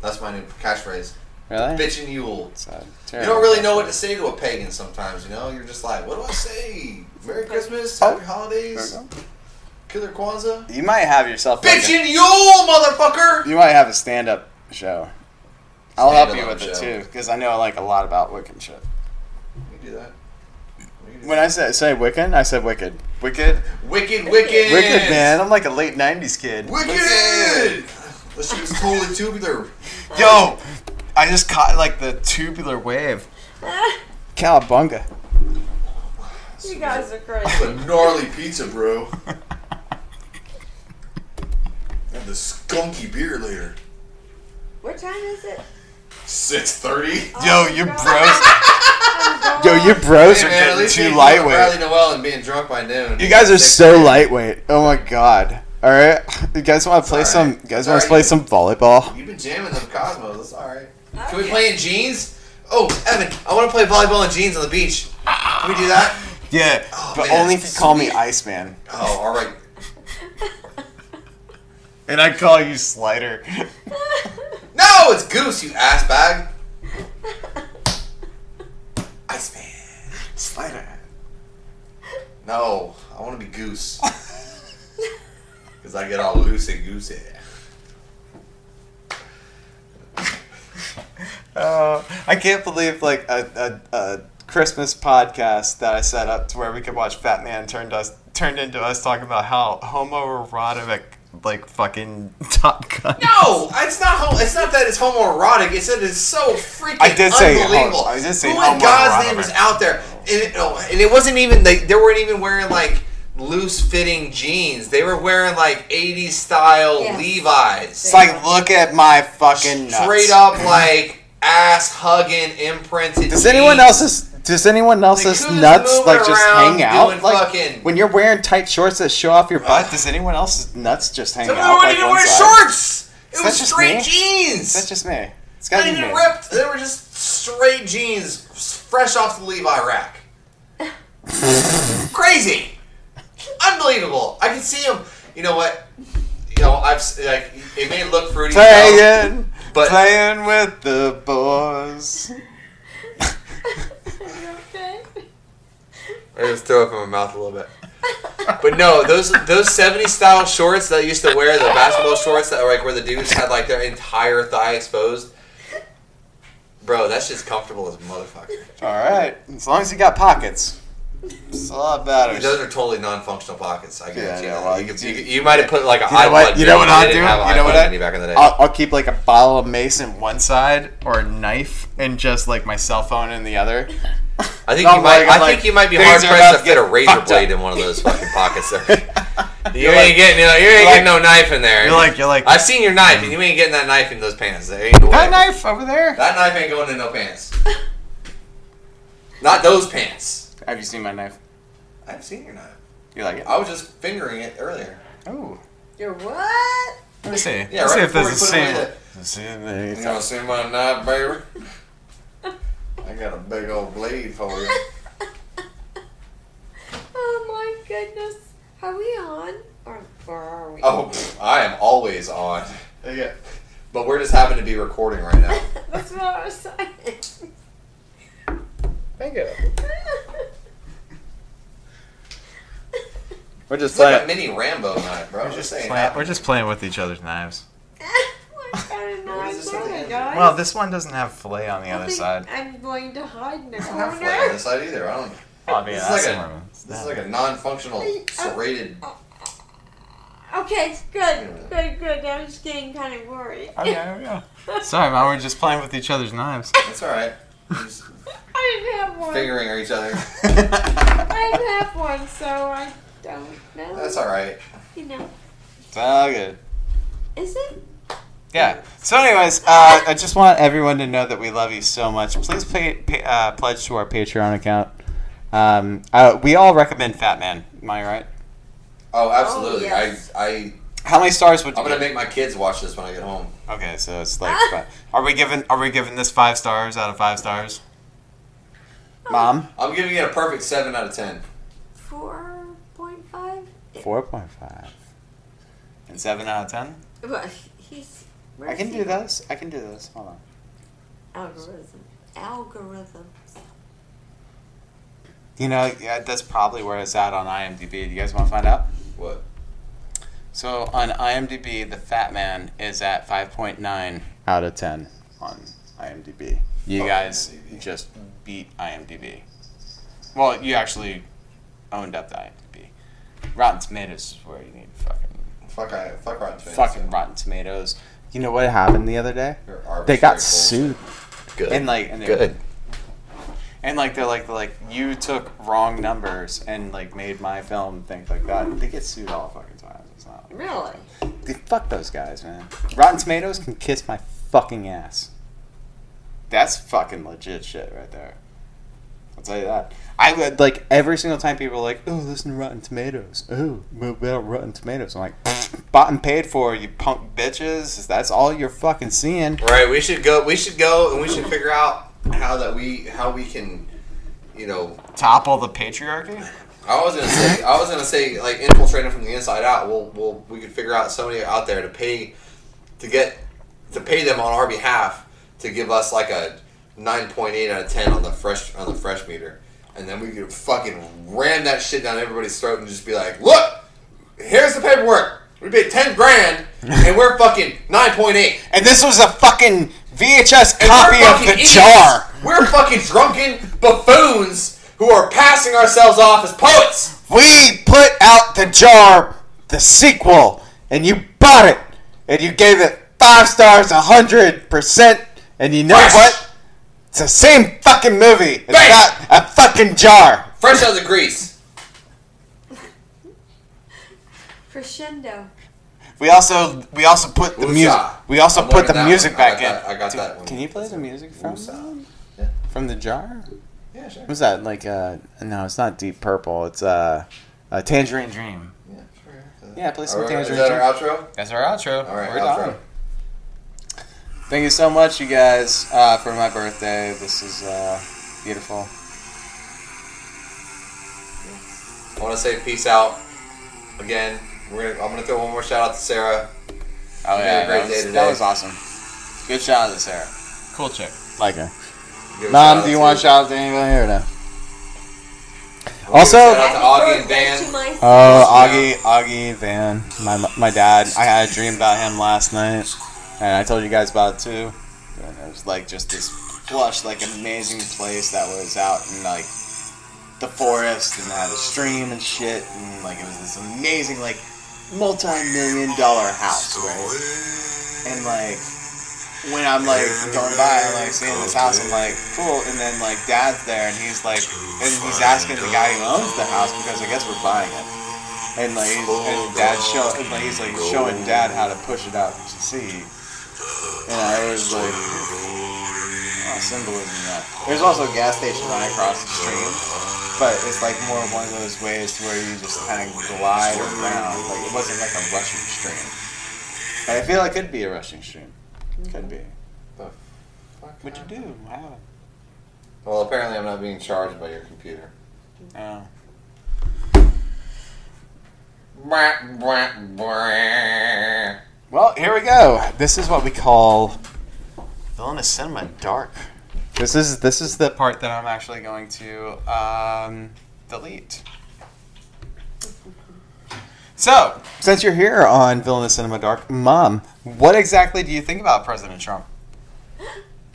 That's my new catchphrase.
Really?
Bitchin' Yule.
It's a
You
terrible
don't really know
question.
what to say to a pagan sometimes, you know? You're just like, what do I say? Merry Christmas,
Oh.
Happy Holidays,
There we
Killer Kwanzaa.
You might have yourself. like a-
Bitchin' Yule, motherfucker!
You might have a stand-up show. I'll help you
Stand-alone
with it
show.
too, because I know like a lot about Wiccan shit.
We can do that. We can do
When I say, say Wiccan, I said Wicked. Wicked.
that. Wicked, wicked!
Wicked man. I'm like a late '90s kid.
Wicked! This shit was totally tubular.
Yo, I just caught like the tubular wave. Calabunga.
You guys are
It's
crazy.
a gnarly pizza, bro. And the skunky beer later.
What time is it?
Six thirty.
Yo, your bros. Yo,
you.
your bros
Hey,
are
man, at
getting
least
too
you
lightweight.
Riley Noel and being drunk by noon.
You guys are
Six
so
thirty.
lightweight. Oh my god. All right, you guys want to play
It's all
some?
right.
You guys
It's
want
all
to play
right.
some volleyball?
You've been jamming them Cosmos. That's all right. Can we
Okay.
play in jeans? Oh, Evan, I want to play volleyball in jeans on the beach. Can we do that?
Yeah, but
Oh, man.
only if you call me Iceman.
Oh, all right.
And I call you Slider.
No, it's Goose, you ass bag. Iceman.
Slider.
No, I want to be Goose. Because I get all loosey goosey.
Oh, I can't believe like a, a, a Christmas podcast that I set up to where we could watch Fat Man turned us turned into us talking about how homoerotic like fucking Top Gun.
No, it's not. Hom- it's not that it's homoerotic. It's that it's so freaking
I did say homo-
unbelievable.
I did say
Who in God's
homoerotic.
name is out there? And it, no, and it wasn't even. They, they weren't even wearing like loose fitting jeans. They were wearing like '80s style
Yes.
Levi's.
It's like look at my fucking nuts.
Straight up like ass hugging imprinted.
Does anyone
jeans.
else's Does anyone else's
who's
nuts
moving
like just
around
hang out?
doing
Like
fucking-
when you're wearing tight shorts that show off your butt, does anyone else's nuts just hang
Some of them
out?
weren't
like,
even
one
wearing
side?
shorts. It
that
was
just
straight
me?
jeans.
That's just me. It's
not
gotta be
even
me.
ripped. They were just straight jeans, fresh off the Levi rack. Crazy, unbelievable. I can see him. You know what? You know I've s- like it may look fruity, now,
Playing,
but
playing with the boys.
I just throw up in my mouth a little bit. But no, those those 70s style shorts that I used to wear, the basketball shorts that were like where the dudes had like their entire thigh exposed. Bro, that's just comfortable as a motherfucker.
All right, as long as you got pockets, it's a lot better.
Those are totally non-functional pockets. I guarantee
yeah,
that.
well,
you, could-
you-
you could- you might have put like a
You know what?
iPod.
You know what
They
I'll
didn't
do?
have
You know what
iPods
I?
any back in the day.
I'll, I'll keep like a bottle of mace in one side or a knife and just like my cell phone in the other.
I think
No,
you might.
like,
I
like,
think you might be
things
hard
are about
pressed
to
to fit
get
a razor
fucked
blade
up.
in one of those fucking pockets. There. You ain't getting. You, know, you ain't
like-
getting no knife in there.
You're like you're like
I've seen your knife, and you ain't getting that knife in those pants. There ain't no
that
way.
knife over there.
That knife ain't going in no pants. Not those pants.
Have you seen my knife?
I've seen your knife.
You like it?
I was just fingering it earlier.
Oh,
You're what?
let me see.
Yeah,
Let's
right
see if
before
there's
we
the
put
same.
it away
the same thing.
You gonna see my knife, baby? I got a big old blade for you.
Oh my goodness. Are we on? Or, or are we?
Oh, I am always on.
Yeah.
But we're just happen to be recording right now.
That's what I was saying.
Thank you. We're just
It's like a
playing.
mini Rambo knife, bro. I'm just saying.
playing- We're just playing with each other's knives.
what kind of knives are they, guys?
Well, this one doesn't have fillet on the
I
other
think
side.
I'm going to hide in a
I don't have flair on
corner.
this side either. I don't.
Oh, I mean,
This is
that's
like a-
normal.
This is like a non-functional serrated.
Okay, good, good, good. I was getting kind of worried.
Oh, yeah, yeah, yeah. Sorry, man. We're just playing with each other's knives.
That's all right. We're just
I didn't have one.
fingering each other.
I didn't have one, so I don't know.
That's all right.
You know,
It's all good.
is it?
Yeah. So, anyways, uh, I just want everyone to know that we love you so much. Please pay, pay, uh, pledge to our Patreon account. Um, uh, we all recommend Fat Man. Am I right?
Oh, absolutely.
yes.
I, I,
How many stars would you?
I'm gonna
give?
make my kids watch this when I get home.
Okay, so it's like, fi- are we giving? Are we giving this five stars out of five stars? Mom,
I'm giving it a perfect seven out of ten.
4.5?
four point five. And seven out of ten.
Well, he's. where
I
is
can
he?
do this. I can do this. Hold on.
Algorithm. Algorithm.
You know, yeah, that's probably where it's at on IMDb. Do you guys want to find out?
What?
So on IMDb, the Fat Man is at 5.9 out of 10 on IMDb. You
Oh,
guys
IMDb.
just beat IMDb. Well, you actually owned up to IMDb. Rotten Tomatoes is where you need fucking
Fuck I fuck Rotten Tomatoes.
fucking Rotten Tomatoes. You know what happened the other day?
Or arbitrary
They got
bullshit.
sued.
Good.
And like, and they-
good.
And like, they're like, they're like, you took wrong numbers and like made my film things like that. They get sued all fucking times. It's not.
Really?
They fuck those guys, man. Rotten Tomatoes can kiss my fucking ass. That's fucking legit shit right there. I'll tell you that. I would like every single time people are like, "Oh, listen to Rotten Tomatoes." Oh, what about Rotten Tomatoes? I'm like, bought and paid for, you punk bitches. That's all you're fucking seeing.
Right, we should go. We should go, and we should figure out how that we how we can, you know.
Topple the patriarchy?
I was gonna say, I was gonna say, like infiltrating from the inside out. We'll, we'll we could figure out somebody out there to pay, to get, to pay them on our behalf to give us like a nine point eight out of ten on the fresh on the fresh meter, and then we could fucking ram that shit down everybody's throat and just be like, look, here's the paperwork. We paid ten grand, and we're fucking nine point eight.
And this was a fucking VHS
And
copy
we're
of
fucking
the
idiots.
jar.
We're fucking drunken buffoons who are passing ourselves off as poets.
We put out the jar, the sequel, and you bought it, and you gave it five stars, a hundred percent, and you know
Fresh.
what? It's the same fucking movie. It's
Bang.
not a fucking jar.
Fresh out of the grease.
Crescendo.
We also we also put the
Woosa.
music. We also
I'm
put
learning
the
that
music
one. I
back
got
in.
that- I got that one.
Can you play the music from
Woosa.
from the jar?
Yeah, sure.
What was that like? Uh, no, it's not Deep Purple. It's uh, uh Tangerine Dream.
Yeah, sure.
Yeah, play some
Alright,
Tangerine
Is that
Dream.
our outro?
That's our outro.
All right,
We're
outro.
done.
Thank you so much, you guys, uh, for my birthday. This is uh, beautiful.
I want to say peace out again. We're gonna, I'm gonna throw one more shout out to Sarah.
Oh
You
yeah,
had a great
that
day
was,
today.
that was awesome. Good shout out to Sarah.
Cool chick.
Like her.
Give a
Mom,
shout
do you
out
want to
to-
shout out to anybody here or no?
give a
Also-
shout
Happy
out to Augie and
birthday to
Van.
my
Oh, Augie, Augie Van, my my dad. I had a dream about him last night, and I told you guys about it too. And it was like just this plush, like amazing place that was out in like the forest and had a stream and shit, and like it was this amazing like multi-million dollar house, right? And like when I'm like going by, I'm like seeing this house, I'm like, cool. And then like dad's there, and he's like, and he's asking the guy who owns the house because I guess we're buying it. And like, he's, and dad show, and like he's like showing dad how to push it out to sea. And I was like, oh, symbolism. in That there's also a gas station right across the stream, but it's like more of one of those ways where you just kind of glide around. Like it wasn't like a rushing stream. And I feel like it could be a rushing stream. Could be. What'd you do? Wow.
Well, apparently I'm not being charged by your computer.
Oh.
Brah, brah, brah.
Well, here we go. This is what we call.
Villainous cinema dark.
This is this is the part that I'm actually going to um, delete. So, since you're here on Villainous Cinema Dark, Mom, what exactly do you think about President Trump?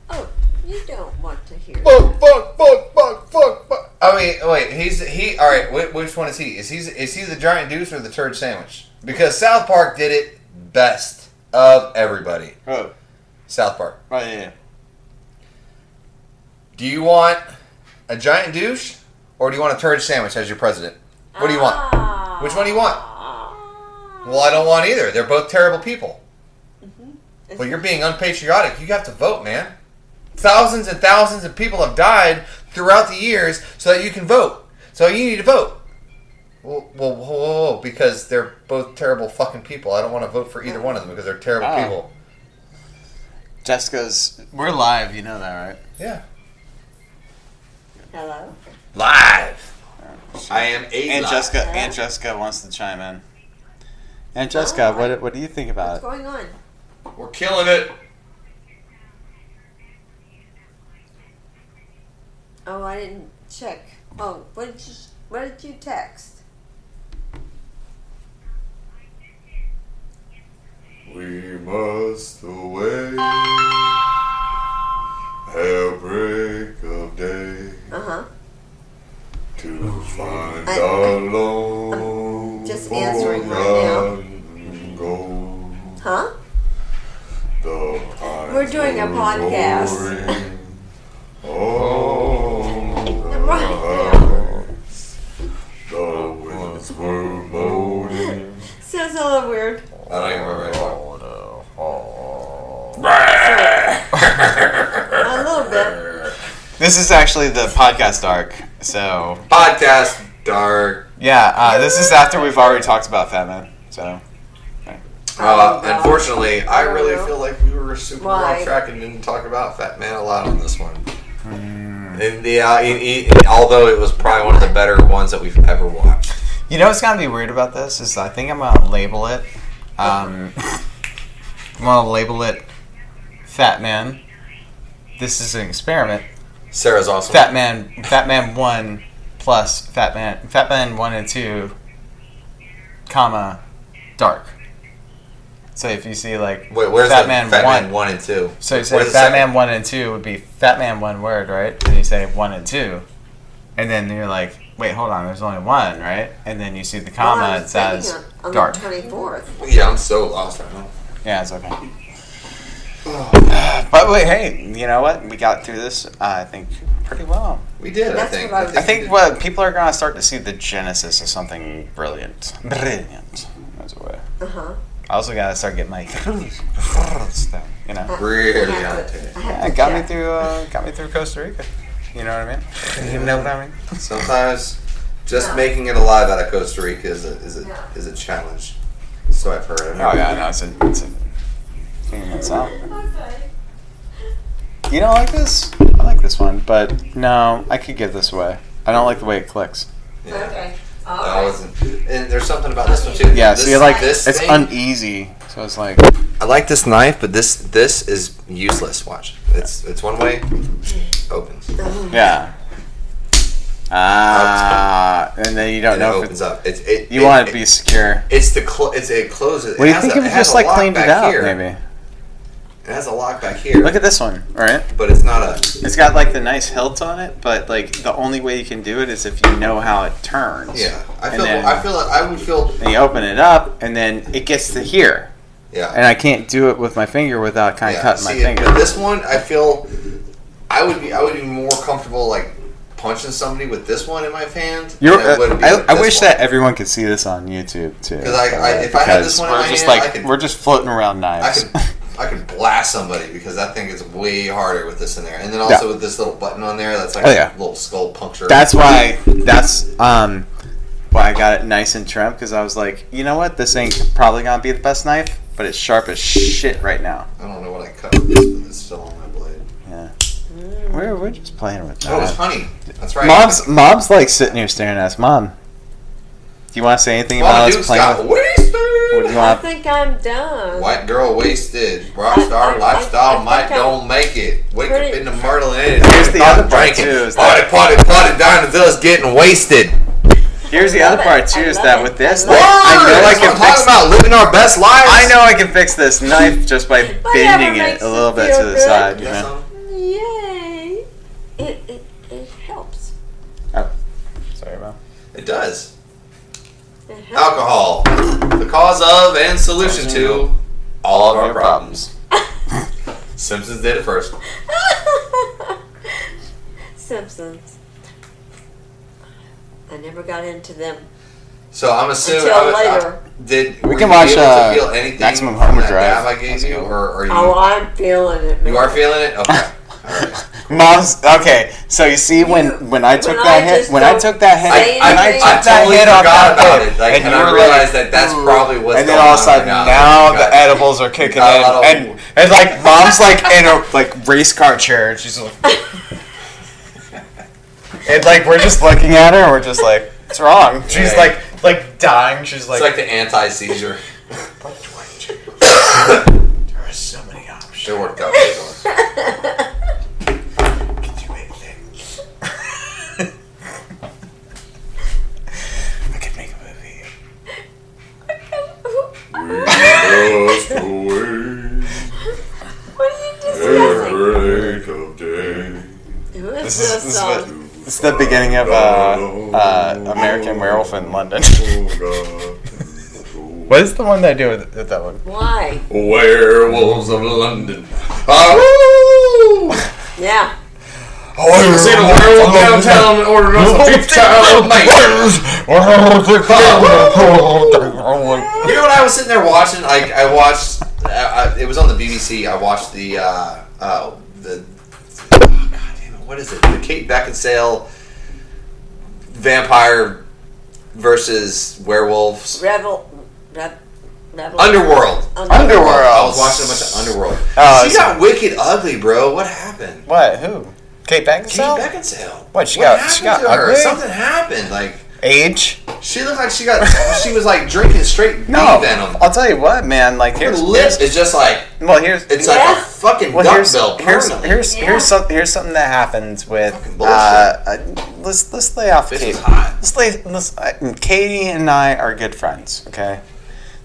Oh, you don't want to hear.
fuck, fuck, fuck, fuck, fuck, fuck. I mean, wait, he's he. All right, whi- which one is he? Is he is he the giant deuce or the turd sandwich? Because South Park did it best of everybody.
Oh,
South Park.
right, Oh, yeah.
Do you want a giant douche or do you want a turd sandwich as your president? What do you want?
Ah.
Which one do you want? Well, I don't want either. They're both terrible people. Well, you're being unpatriotic. You have to vote, man. Thousands and thousands of people have died throughout the years so that you can vote. So you need to vote. Well, well whoa, whoa, whoa, because they're both terrible fucking people. I don't want to vote for either one of them because they're terrible
Ah.
people.
Jessica's. We're live, you know that, right?
Yeah. Uh,
Hello.
Live. I am a
And
live.
Jessica. And Jessica wants to chime in. And Jessica, what what do you think about
What's
it?
going on?
We're killing it.
Oh, I didn't check. Oh, what did you? What did you text?
We must away at break of day
Uh huh.
to find
I-
our lone
just answering right now.
forgotten gold.
Huh? We're doing a podcast. Right now. Sounds a little weird.
I don't even remember anymore.
A little bit.
This is actually the podcast arc. So
Podcast dark.
yeah, uh, this is after we've already talked about Fat Man. So
Uh, unfortunately, I really feel like we were super
Why?
off track and didn't talk about Fat Man a lot on this one.
Hmm.
And the, uh, e- e- although it was probably one of the better ones that we've ever watched.
you know what's gonna be weird about this is I think I'm gonna label it. Um, I'm gonna label it Fat Man. This is an experiment.
Sarah's awesome.
Fat Man, Fat Man One plus Fat Man, Fat Man One and Two, comma, Dark. So if you see like
Wait, where's
Fat
the
Man
Fat
One?
Man one and two?
So you say
Where's the
Fat Man
second-
one and two would be Fat Man one word, right? And you say one and two, and then you're like, wait, hold on, there's only one, right? And then you see the comma,
Well, I
it
was thinking
says
on- on
dark.
the 24th.
Yeah, I'm so lost right now.
Yeah, it's okay. But wait, hey, you know what? We got through this, uh, I think, pretty well.
We did. I
That's
think.
what I was-
I
we
think
did.
what people are gonna start to see the genesis of something brilliant. Brilliant. That's a way.
Uh huh.
I also gotta start getting my stuff, you know.
really out
Yeah, it got me through. Uh, got me through Costa Rica. You know what I mean? You know what I mean?
Sometimes just
No.
making it alive out of Costa Rica is a is a
No.
is a challenge. So I've heard.
Oh yeah, no, it's a, it's a thing that's out. You don't like this? I like this one, but no, I could give this away. I don't like the way it clicks.
Yeah.
All
That wasn't- and there's something about this one too.
Yeah,
this,
so you're like,
this.
it's
thing-
uneasy. So it's like,
I like this knife, but this this is useless. Watch, it's it's one way, opens,
Uh-huh.
yeah. Ah, and then you don't
and it
know if
opens
it's.
up. It's it.
You
it-
want it
it-
to be secure.
It's the clo- it's it closes.
What do
it
you
has
think
a,
if
it
you
has
just
a
like
lock
cleaned it
back
out,
here.
maybe?
It has a lock back here,
Look at this one, alright?
but it's not a.
It's got like the nice hilt on it, but like the only way you can do it is if you know how it turns.
Yeah, I
And
feel.
then-
I feel. Like I would feel.
And you open it up, and then it gets to here.
Yeah.
and I can't do it with my finger without kind of
Yeah,
cutting my
see,
finger.
But this one, I feel, I would be, I would be more comfortable like punching somebody with this one in my hand.
You're, uh,
than I would be
I,
with
I
this
wish
one.
that everyone could see this on YouTube too.
'Cause I- I- if I had this
Because
one in
we're
my
just
hand,
like
I could-
we're just floating around
I
knives.
could, I could blast somebody because that thing is way harder with this in there, and then also
Yeah.
with this little button on there, that's like
Oh, yeah.
a little skull puncture.
that's why. That's um, why I got it nice and trim because I was like, you know what, this ain't probably gonna be the best knife, but it's sharp as shit right now.
I don't know what I cut with this, but it's still on my blade.
Yeah, we're, we're just playing with
Oh,
knives.
it's honey. That's right.
Mom's mom's like sitting here staring at us. Mom, do you want to say anything
Mama
about us
Duke's
playing?
got
With,
wasted.
what do you
I
want?
think I'm done.
White girl wasted. Rock
I- I-
star
I- I
lifestyle
think
might
I-
don't make it. Wake up
Pretty-
in the myrtle and it's
Here's the other part,
drinking.
too, is
Party, party, party, down until it's getting wasted.
Here's the
love
other
it.
part too
I
is
love
that
it.
with this,
I love
like, I know I
That's
can
what I'm
fix
talking about living our best lives.
I know I can fix this knife just by bending it
makes
a little
it
bit to
feel
the
good.
side. You
Yes,
know?
um,
Yay! It, it, it helps.
Sorry, Mom.
It does.
It helps.
Alcohol, the cause of and solution to all of our problems. Simpsons did it first.
Simpsons. I never got into them.
So I'm assuming.
Until
I would- I-
later.
did
We
were
can
you
watch,
able to
uh,
feel anything
Maximum
from
Homer
that
Drive.
dab I gave you, or are you?
Oh, I'm feeling it.
you
man.
are feeling it. Okay. All right.
Mom's okay. So you see
You-
when when I took
when
that
I
hit
just
when I
don't
took that hit
say
when I
anything.
took
I
that
totally
hit off
forgot
that
about
plate,
it. Like, and,
you
I
were
realized
like,
that that's
"Ooh."
probably what's
and then
going
all of a
on
sudden
right
now the
Got-
edibles are kicking in
got a lot of-
and and like mom's like in a like race car chair and she's like and like we're just looking at her and we're just like it's wrong she's
Yeah.
like like dying she's
It's like the anti-seizure.
there are so many options
It worked out. pretty well.
do anything I could make a movie
What are you discussing? Who is
This is-
this, uh,
this is
song?
what- It's the beginning
Oh,
of uh, uh, American Werewolf in London. What is the one that I do with, with that one?
Why?
Werewolves of London. Uh, Oh!
Yeah.
I've seen a
Oh,
werewolf downtown and ordered us a fifth child of You know what I was sitting there watching? I, I watched. I, I, it was on the BBC. I watched the uh, uh, the. oh, God damn it! What is it? The Kate Beckinsale vampire versus werewolves.
Revel. Rev, revel.
Underworld.
Underworld.
I was watching a bunch of Underworld.
Oh,
she got wicked ugly, bro. What happened?
What? Who? Kate
Kate
Beckinsale?
Beckinsale.
What, she got-
happened
she got
to her?
ugly?
Something happened. Like
Age?
she looked like she got. she was like drinking straight bee venom.
I'll tell you what, man. Like
Her
Uh, here's,
lip
here's
is just like
well, here's
it's like
Yeah.
a fucking
well, here's
dumbbell.
here's
permanently.
here's
Yeah.
here's, some, here's something that happens with
Fucking
uh,
bullshit.
uh, let's let's lay off
This
Kate.
is hot.
Let's lay let's, uh, Katie and I are good friends, okay?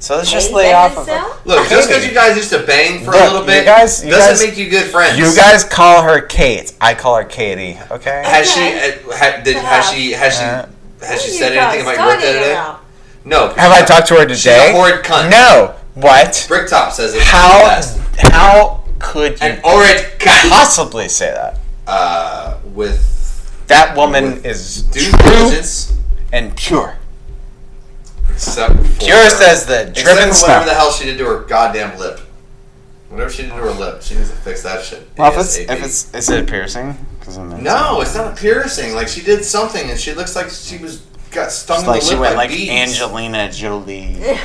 So let's just
Kate
lay off of
Beckinsale?
her.
Look, just because you guys used to bang for
Look,
a little
you
bit
guys- you
doesn't
guys-
make you good friends.
You guys call her Kate. I call her Katie. Okay.
has
Okay.
she uh, ha, did, has she has she
Uh,
has she
What are
said
you
anything
guys
about your birthday
talking
today?
about?
No.
Have I talked to her
She's a
today?
horrid cunt.
No. What?
Bricktop says it.
How?
Best.
How could you
An horrid cunt.
possibly say that?
Uh, with
That woman is
due
true
diligence,
and pure.
except for
Pure says the
except
driven
for
snow.
whatever the hell she did to her goddamn lip. Whatever she did to her lip, she needs to fix that shit.
Well, if it's,
ASAP.
if it's is it a piercing? 'Cause I'm
no, it's not a piercing. Like she did something, and she looks like she was got stung
It's
in the
like
lip
she went
by
like
bees.
Angelina Jolie.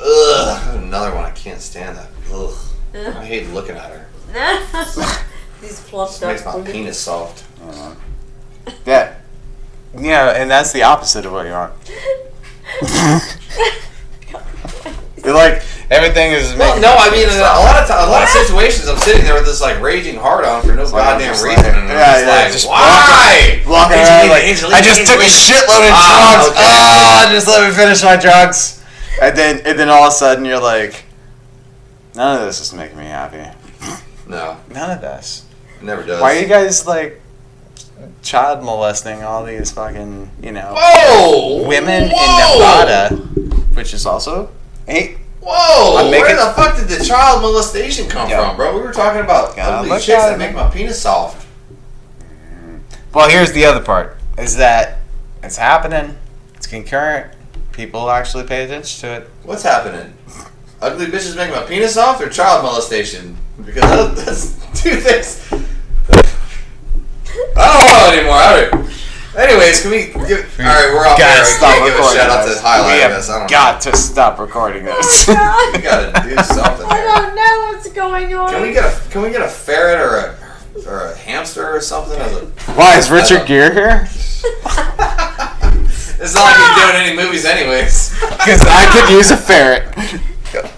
Ugh, another one. I can't stand that. Ugh. I hate looking at her.
These plumped
It makes
up.
my
women.
penis soft.
Yeah. Yeah, and that's the opposite of what you want. You're like everything is
Well,
making
no, I mean, in a lot of times, a lot of situations, I'm sitting there with this like raging hard on for no goddamn
just
reason,
like-
and I'm
yeah,
just
yeah,
like,
just
why?
walking around like I just took a shitload of
Ah,
drugs.
okay.
Ah, just let me finish my drugs. And then and then all of a sudden you're like, none of this is making me happy.
No,
None of this.
it never does.
Why are you guys like child molesting all these fucking you know
Whoa!
women
Whoa!
in Nevada, which is also eight.
Whoa!
I'm making-
Where the fuck did the child molestation come
Yeah.
from, bro? We were talking about
Yeah,
ugly
look
chicks
at
that
it,
make my penis soft.
Well, here's the other part: is that it's happening, it's concurrent. People actually pay attention to it.
What's happening? Ugly bitches make my penis soft or child molestation? Because that- that's two things. I don't know anymore. I don't. Anyways, can we? Give, all right, we're off
Gotta
there. We
stop
can't give a
recording
shout out to
this.
the highlight
we
of
have
this. I don't
got to stop recording this.
Oh,
know.
God.
We gotta do something.
I
Here.
don't know what's going on.
Can we get a? Can we get a ferret or a or a hamster or something? As a,
Why is
Uh-huh.
Richard Gere here?
it's not like he's doing any movies, anyways.
Because I could use a ferret.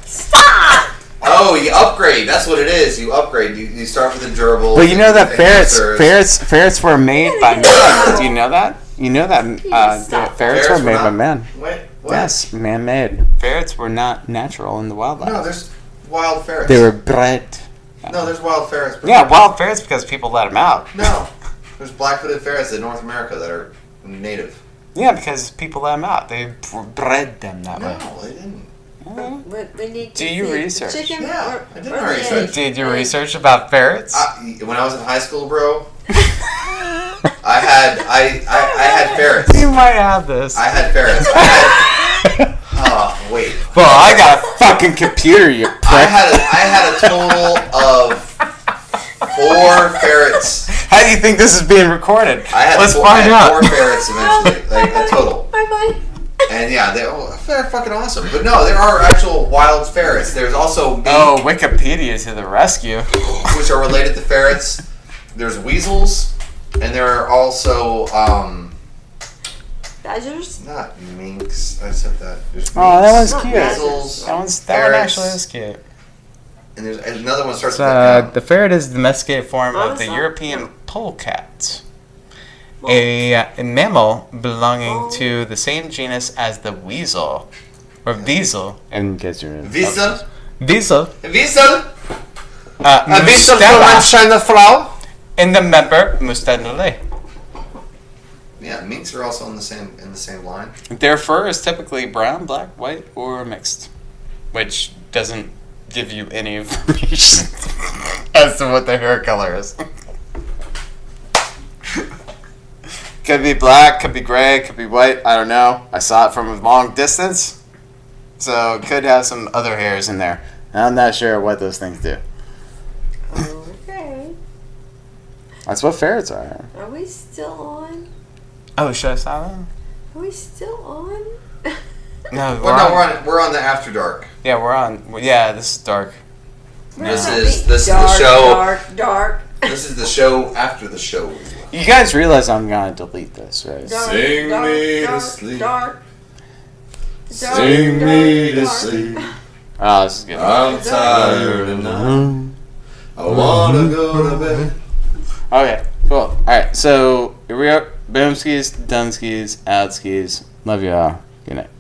Stop!
Oh, you upgrade. That's what it is. You upgrade. You, you start with the gerbil.
But you know that
the
ferrets,
hamsters.
ferrets, ferrets were made by men. Do you know that? You know that uh,
stop.
ferrets,
Ferrets
were
were
made by
not-
men.
Wait, what?
Yes, man-made. Ferrets were not natural in the wildlife.
No, there's wild ferrets.
They were bred.
No, there's wild ferrets. but-
Yeah, wild ferrets because people let them out.
No, there's black-footed ferrets in North America that are native.
Yeah, because people let them out. They br- bred them that way.
No, they didn't.
We, we need to
Mm-hmm. Do you
see
research?
Chicken
Yeah,
or-
I did
or
my
the
research.
egg.
Did you research about ferrets?
I, when I was in high school, bro, I had I, I, I had ferrets.
you might have this.
I had ferrets. I had, oh wait,
well, I got a fucking computer, you prick.
I had a, I had a total of four ferrets.
How do you think this is being recorded?
I had
Let's
four,
find
I had
out.
four ferrets eventually, like a total.
Bye bye.
And yeah, they, oh, they're fucking awesome. But no, there are actual wild ferrets. There's also mink,
Oh, Wikipedia to the rescue.
which are related to ferrets. There's weasels, and there are also um,
Badgers?
not minks. I said that. There's
Oh, that
minks,
one's cute.
Weasels,
That one's that one
ferrets,
actually is cute.
And there's and another one starts
So,
with like,
uh, the ferret is the domesticated form of the
Awesome.
European polecat, a, uh, a mammal belonging to the same genus as the weasel, or weasel. And guess you're in.
Weasel,
Weasel.
weasel,
Uh,
a weasel from
Mustela,
China Frau.
in the member Mustela.
Yeah, minks are also in the same in the same line.
Their fur is typically brown, black, white, or mixed. which doesn't give you any information as to what the hair color is. could be black, could be gray, could be white. I don't know. I saw it from a long distance, so it could have some other hairs in there. I'm not sure what those things do.
Okay.
That's what ferrets are.
Are we still on?
Oh, should I stop that?
Are we still on?
No, we're
Well,
on,
no, we're on we're on the after dark.
Yeah, we're on. well, Yeah, this is dark.
This
We're
is-
not
this is the
dark,
show.
Dark, dark,
This is the show after the show.
You guys realize I'm gonna delete this, right?
dark.
Sing
dark,
me to
dark,
sleep.
Dark. Dark,
Sing
dark,
me to
dark.
sleep.
Oh, this is good.
I'm tired and I, I wanna go to bed.
Okay, cool. All right, so here we are. Boom skis, done skis, out skis. Love y'all. Good night.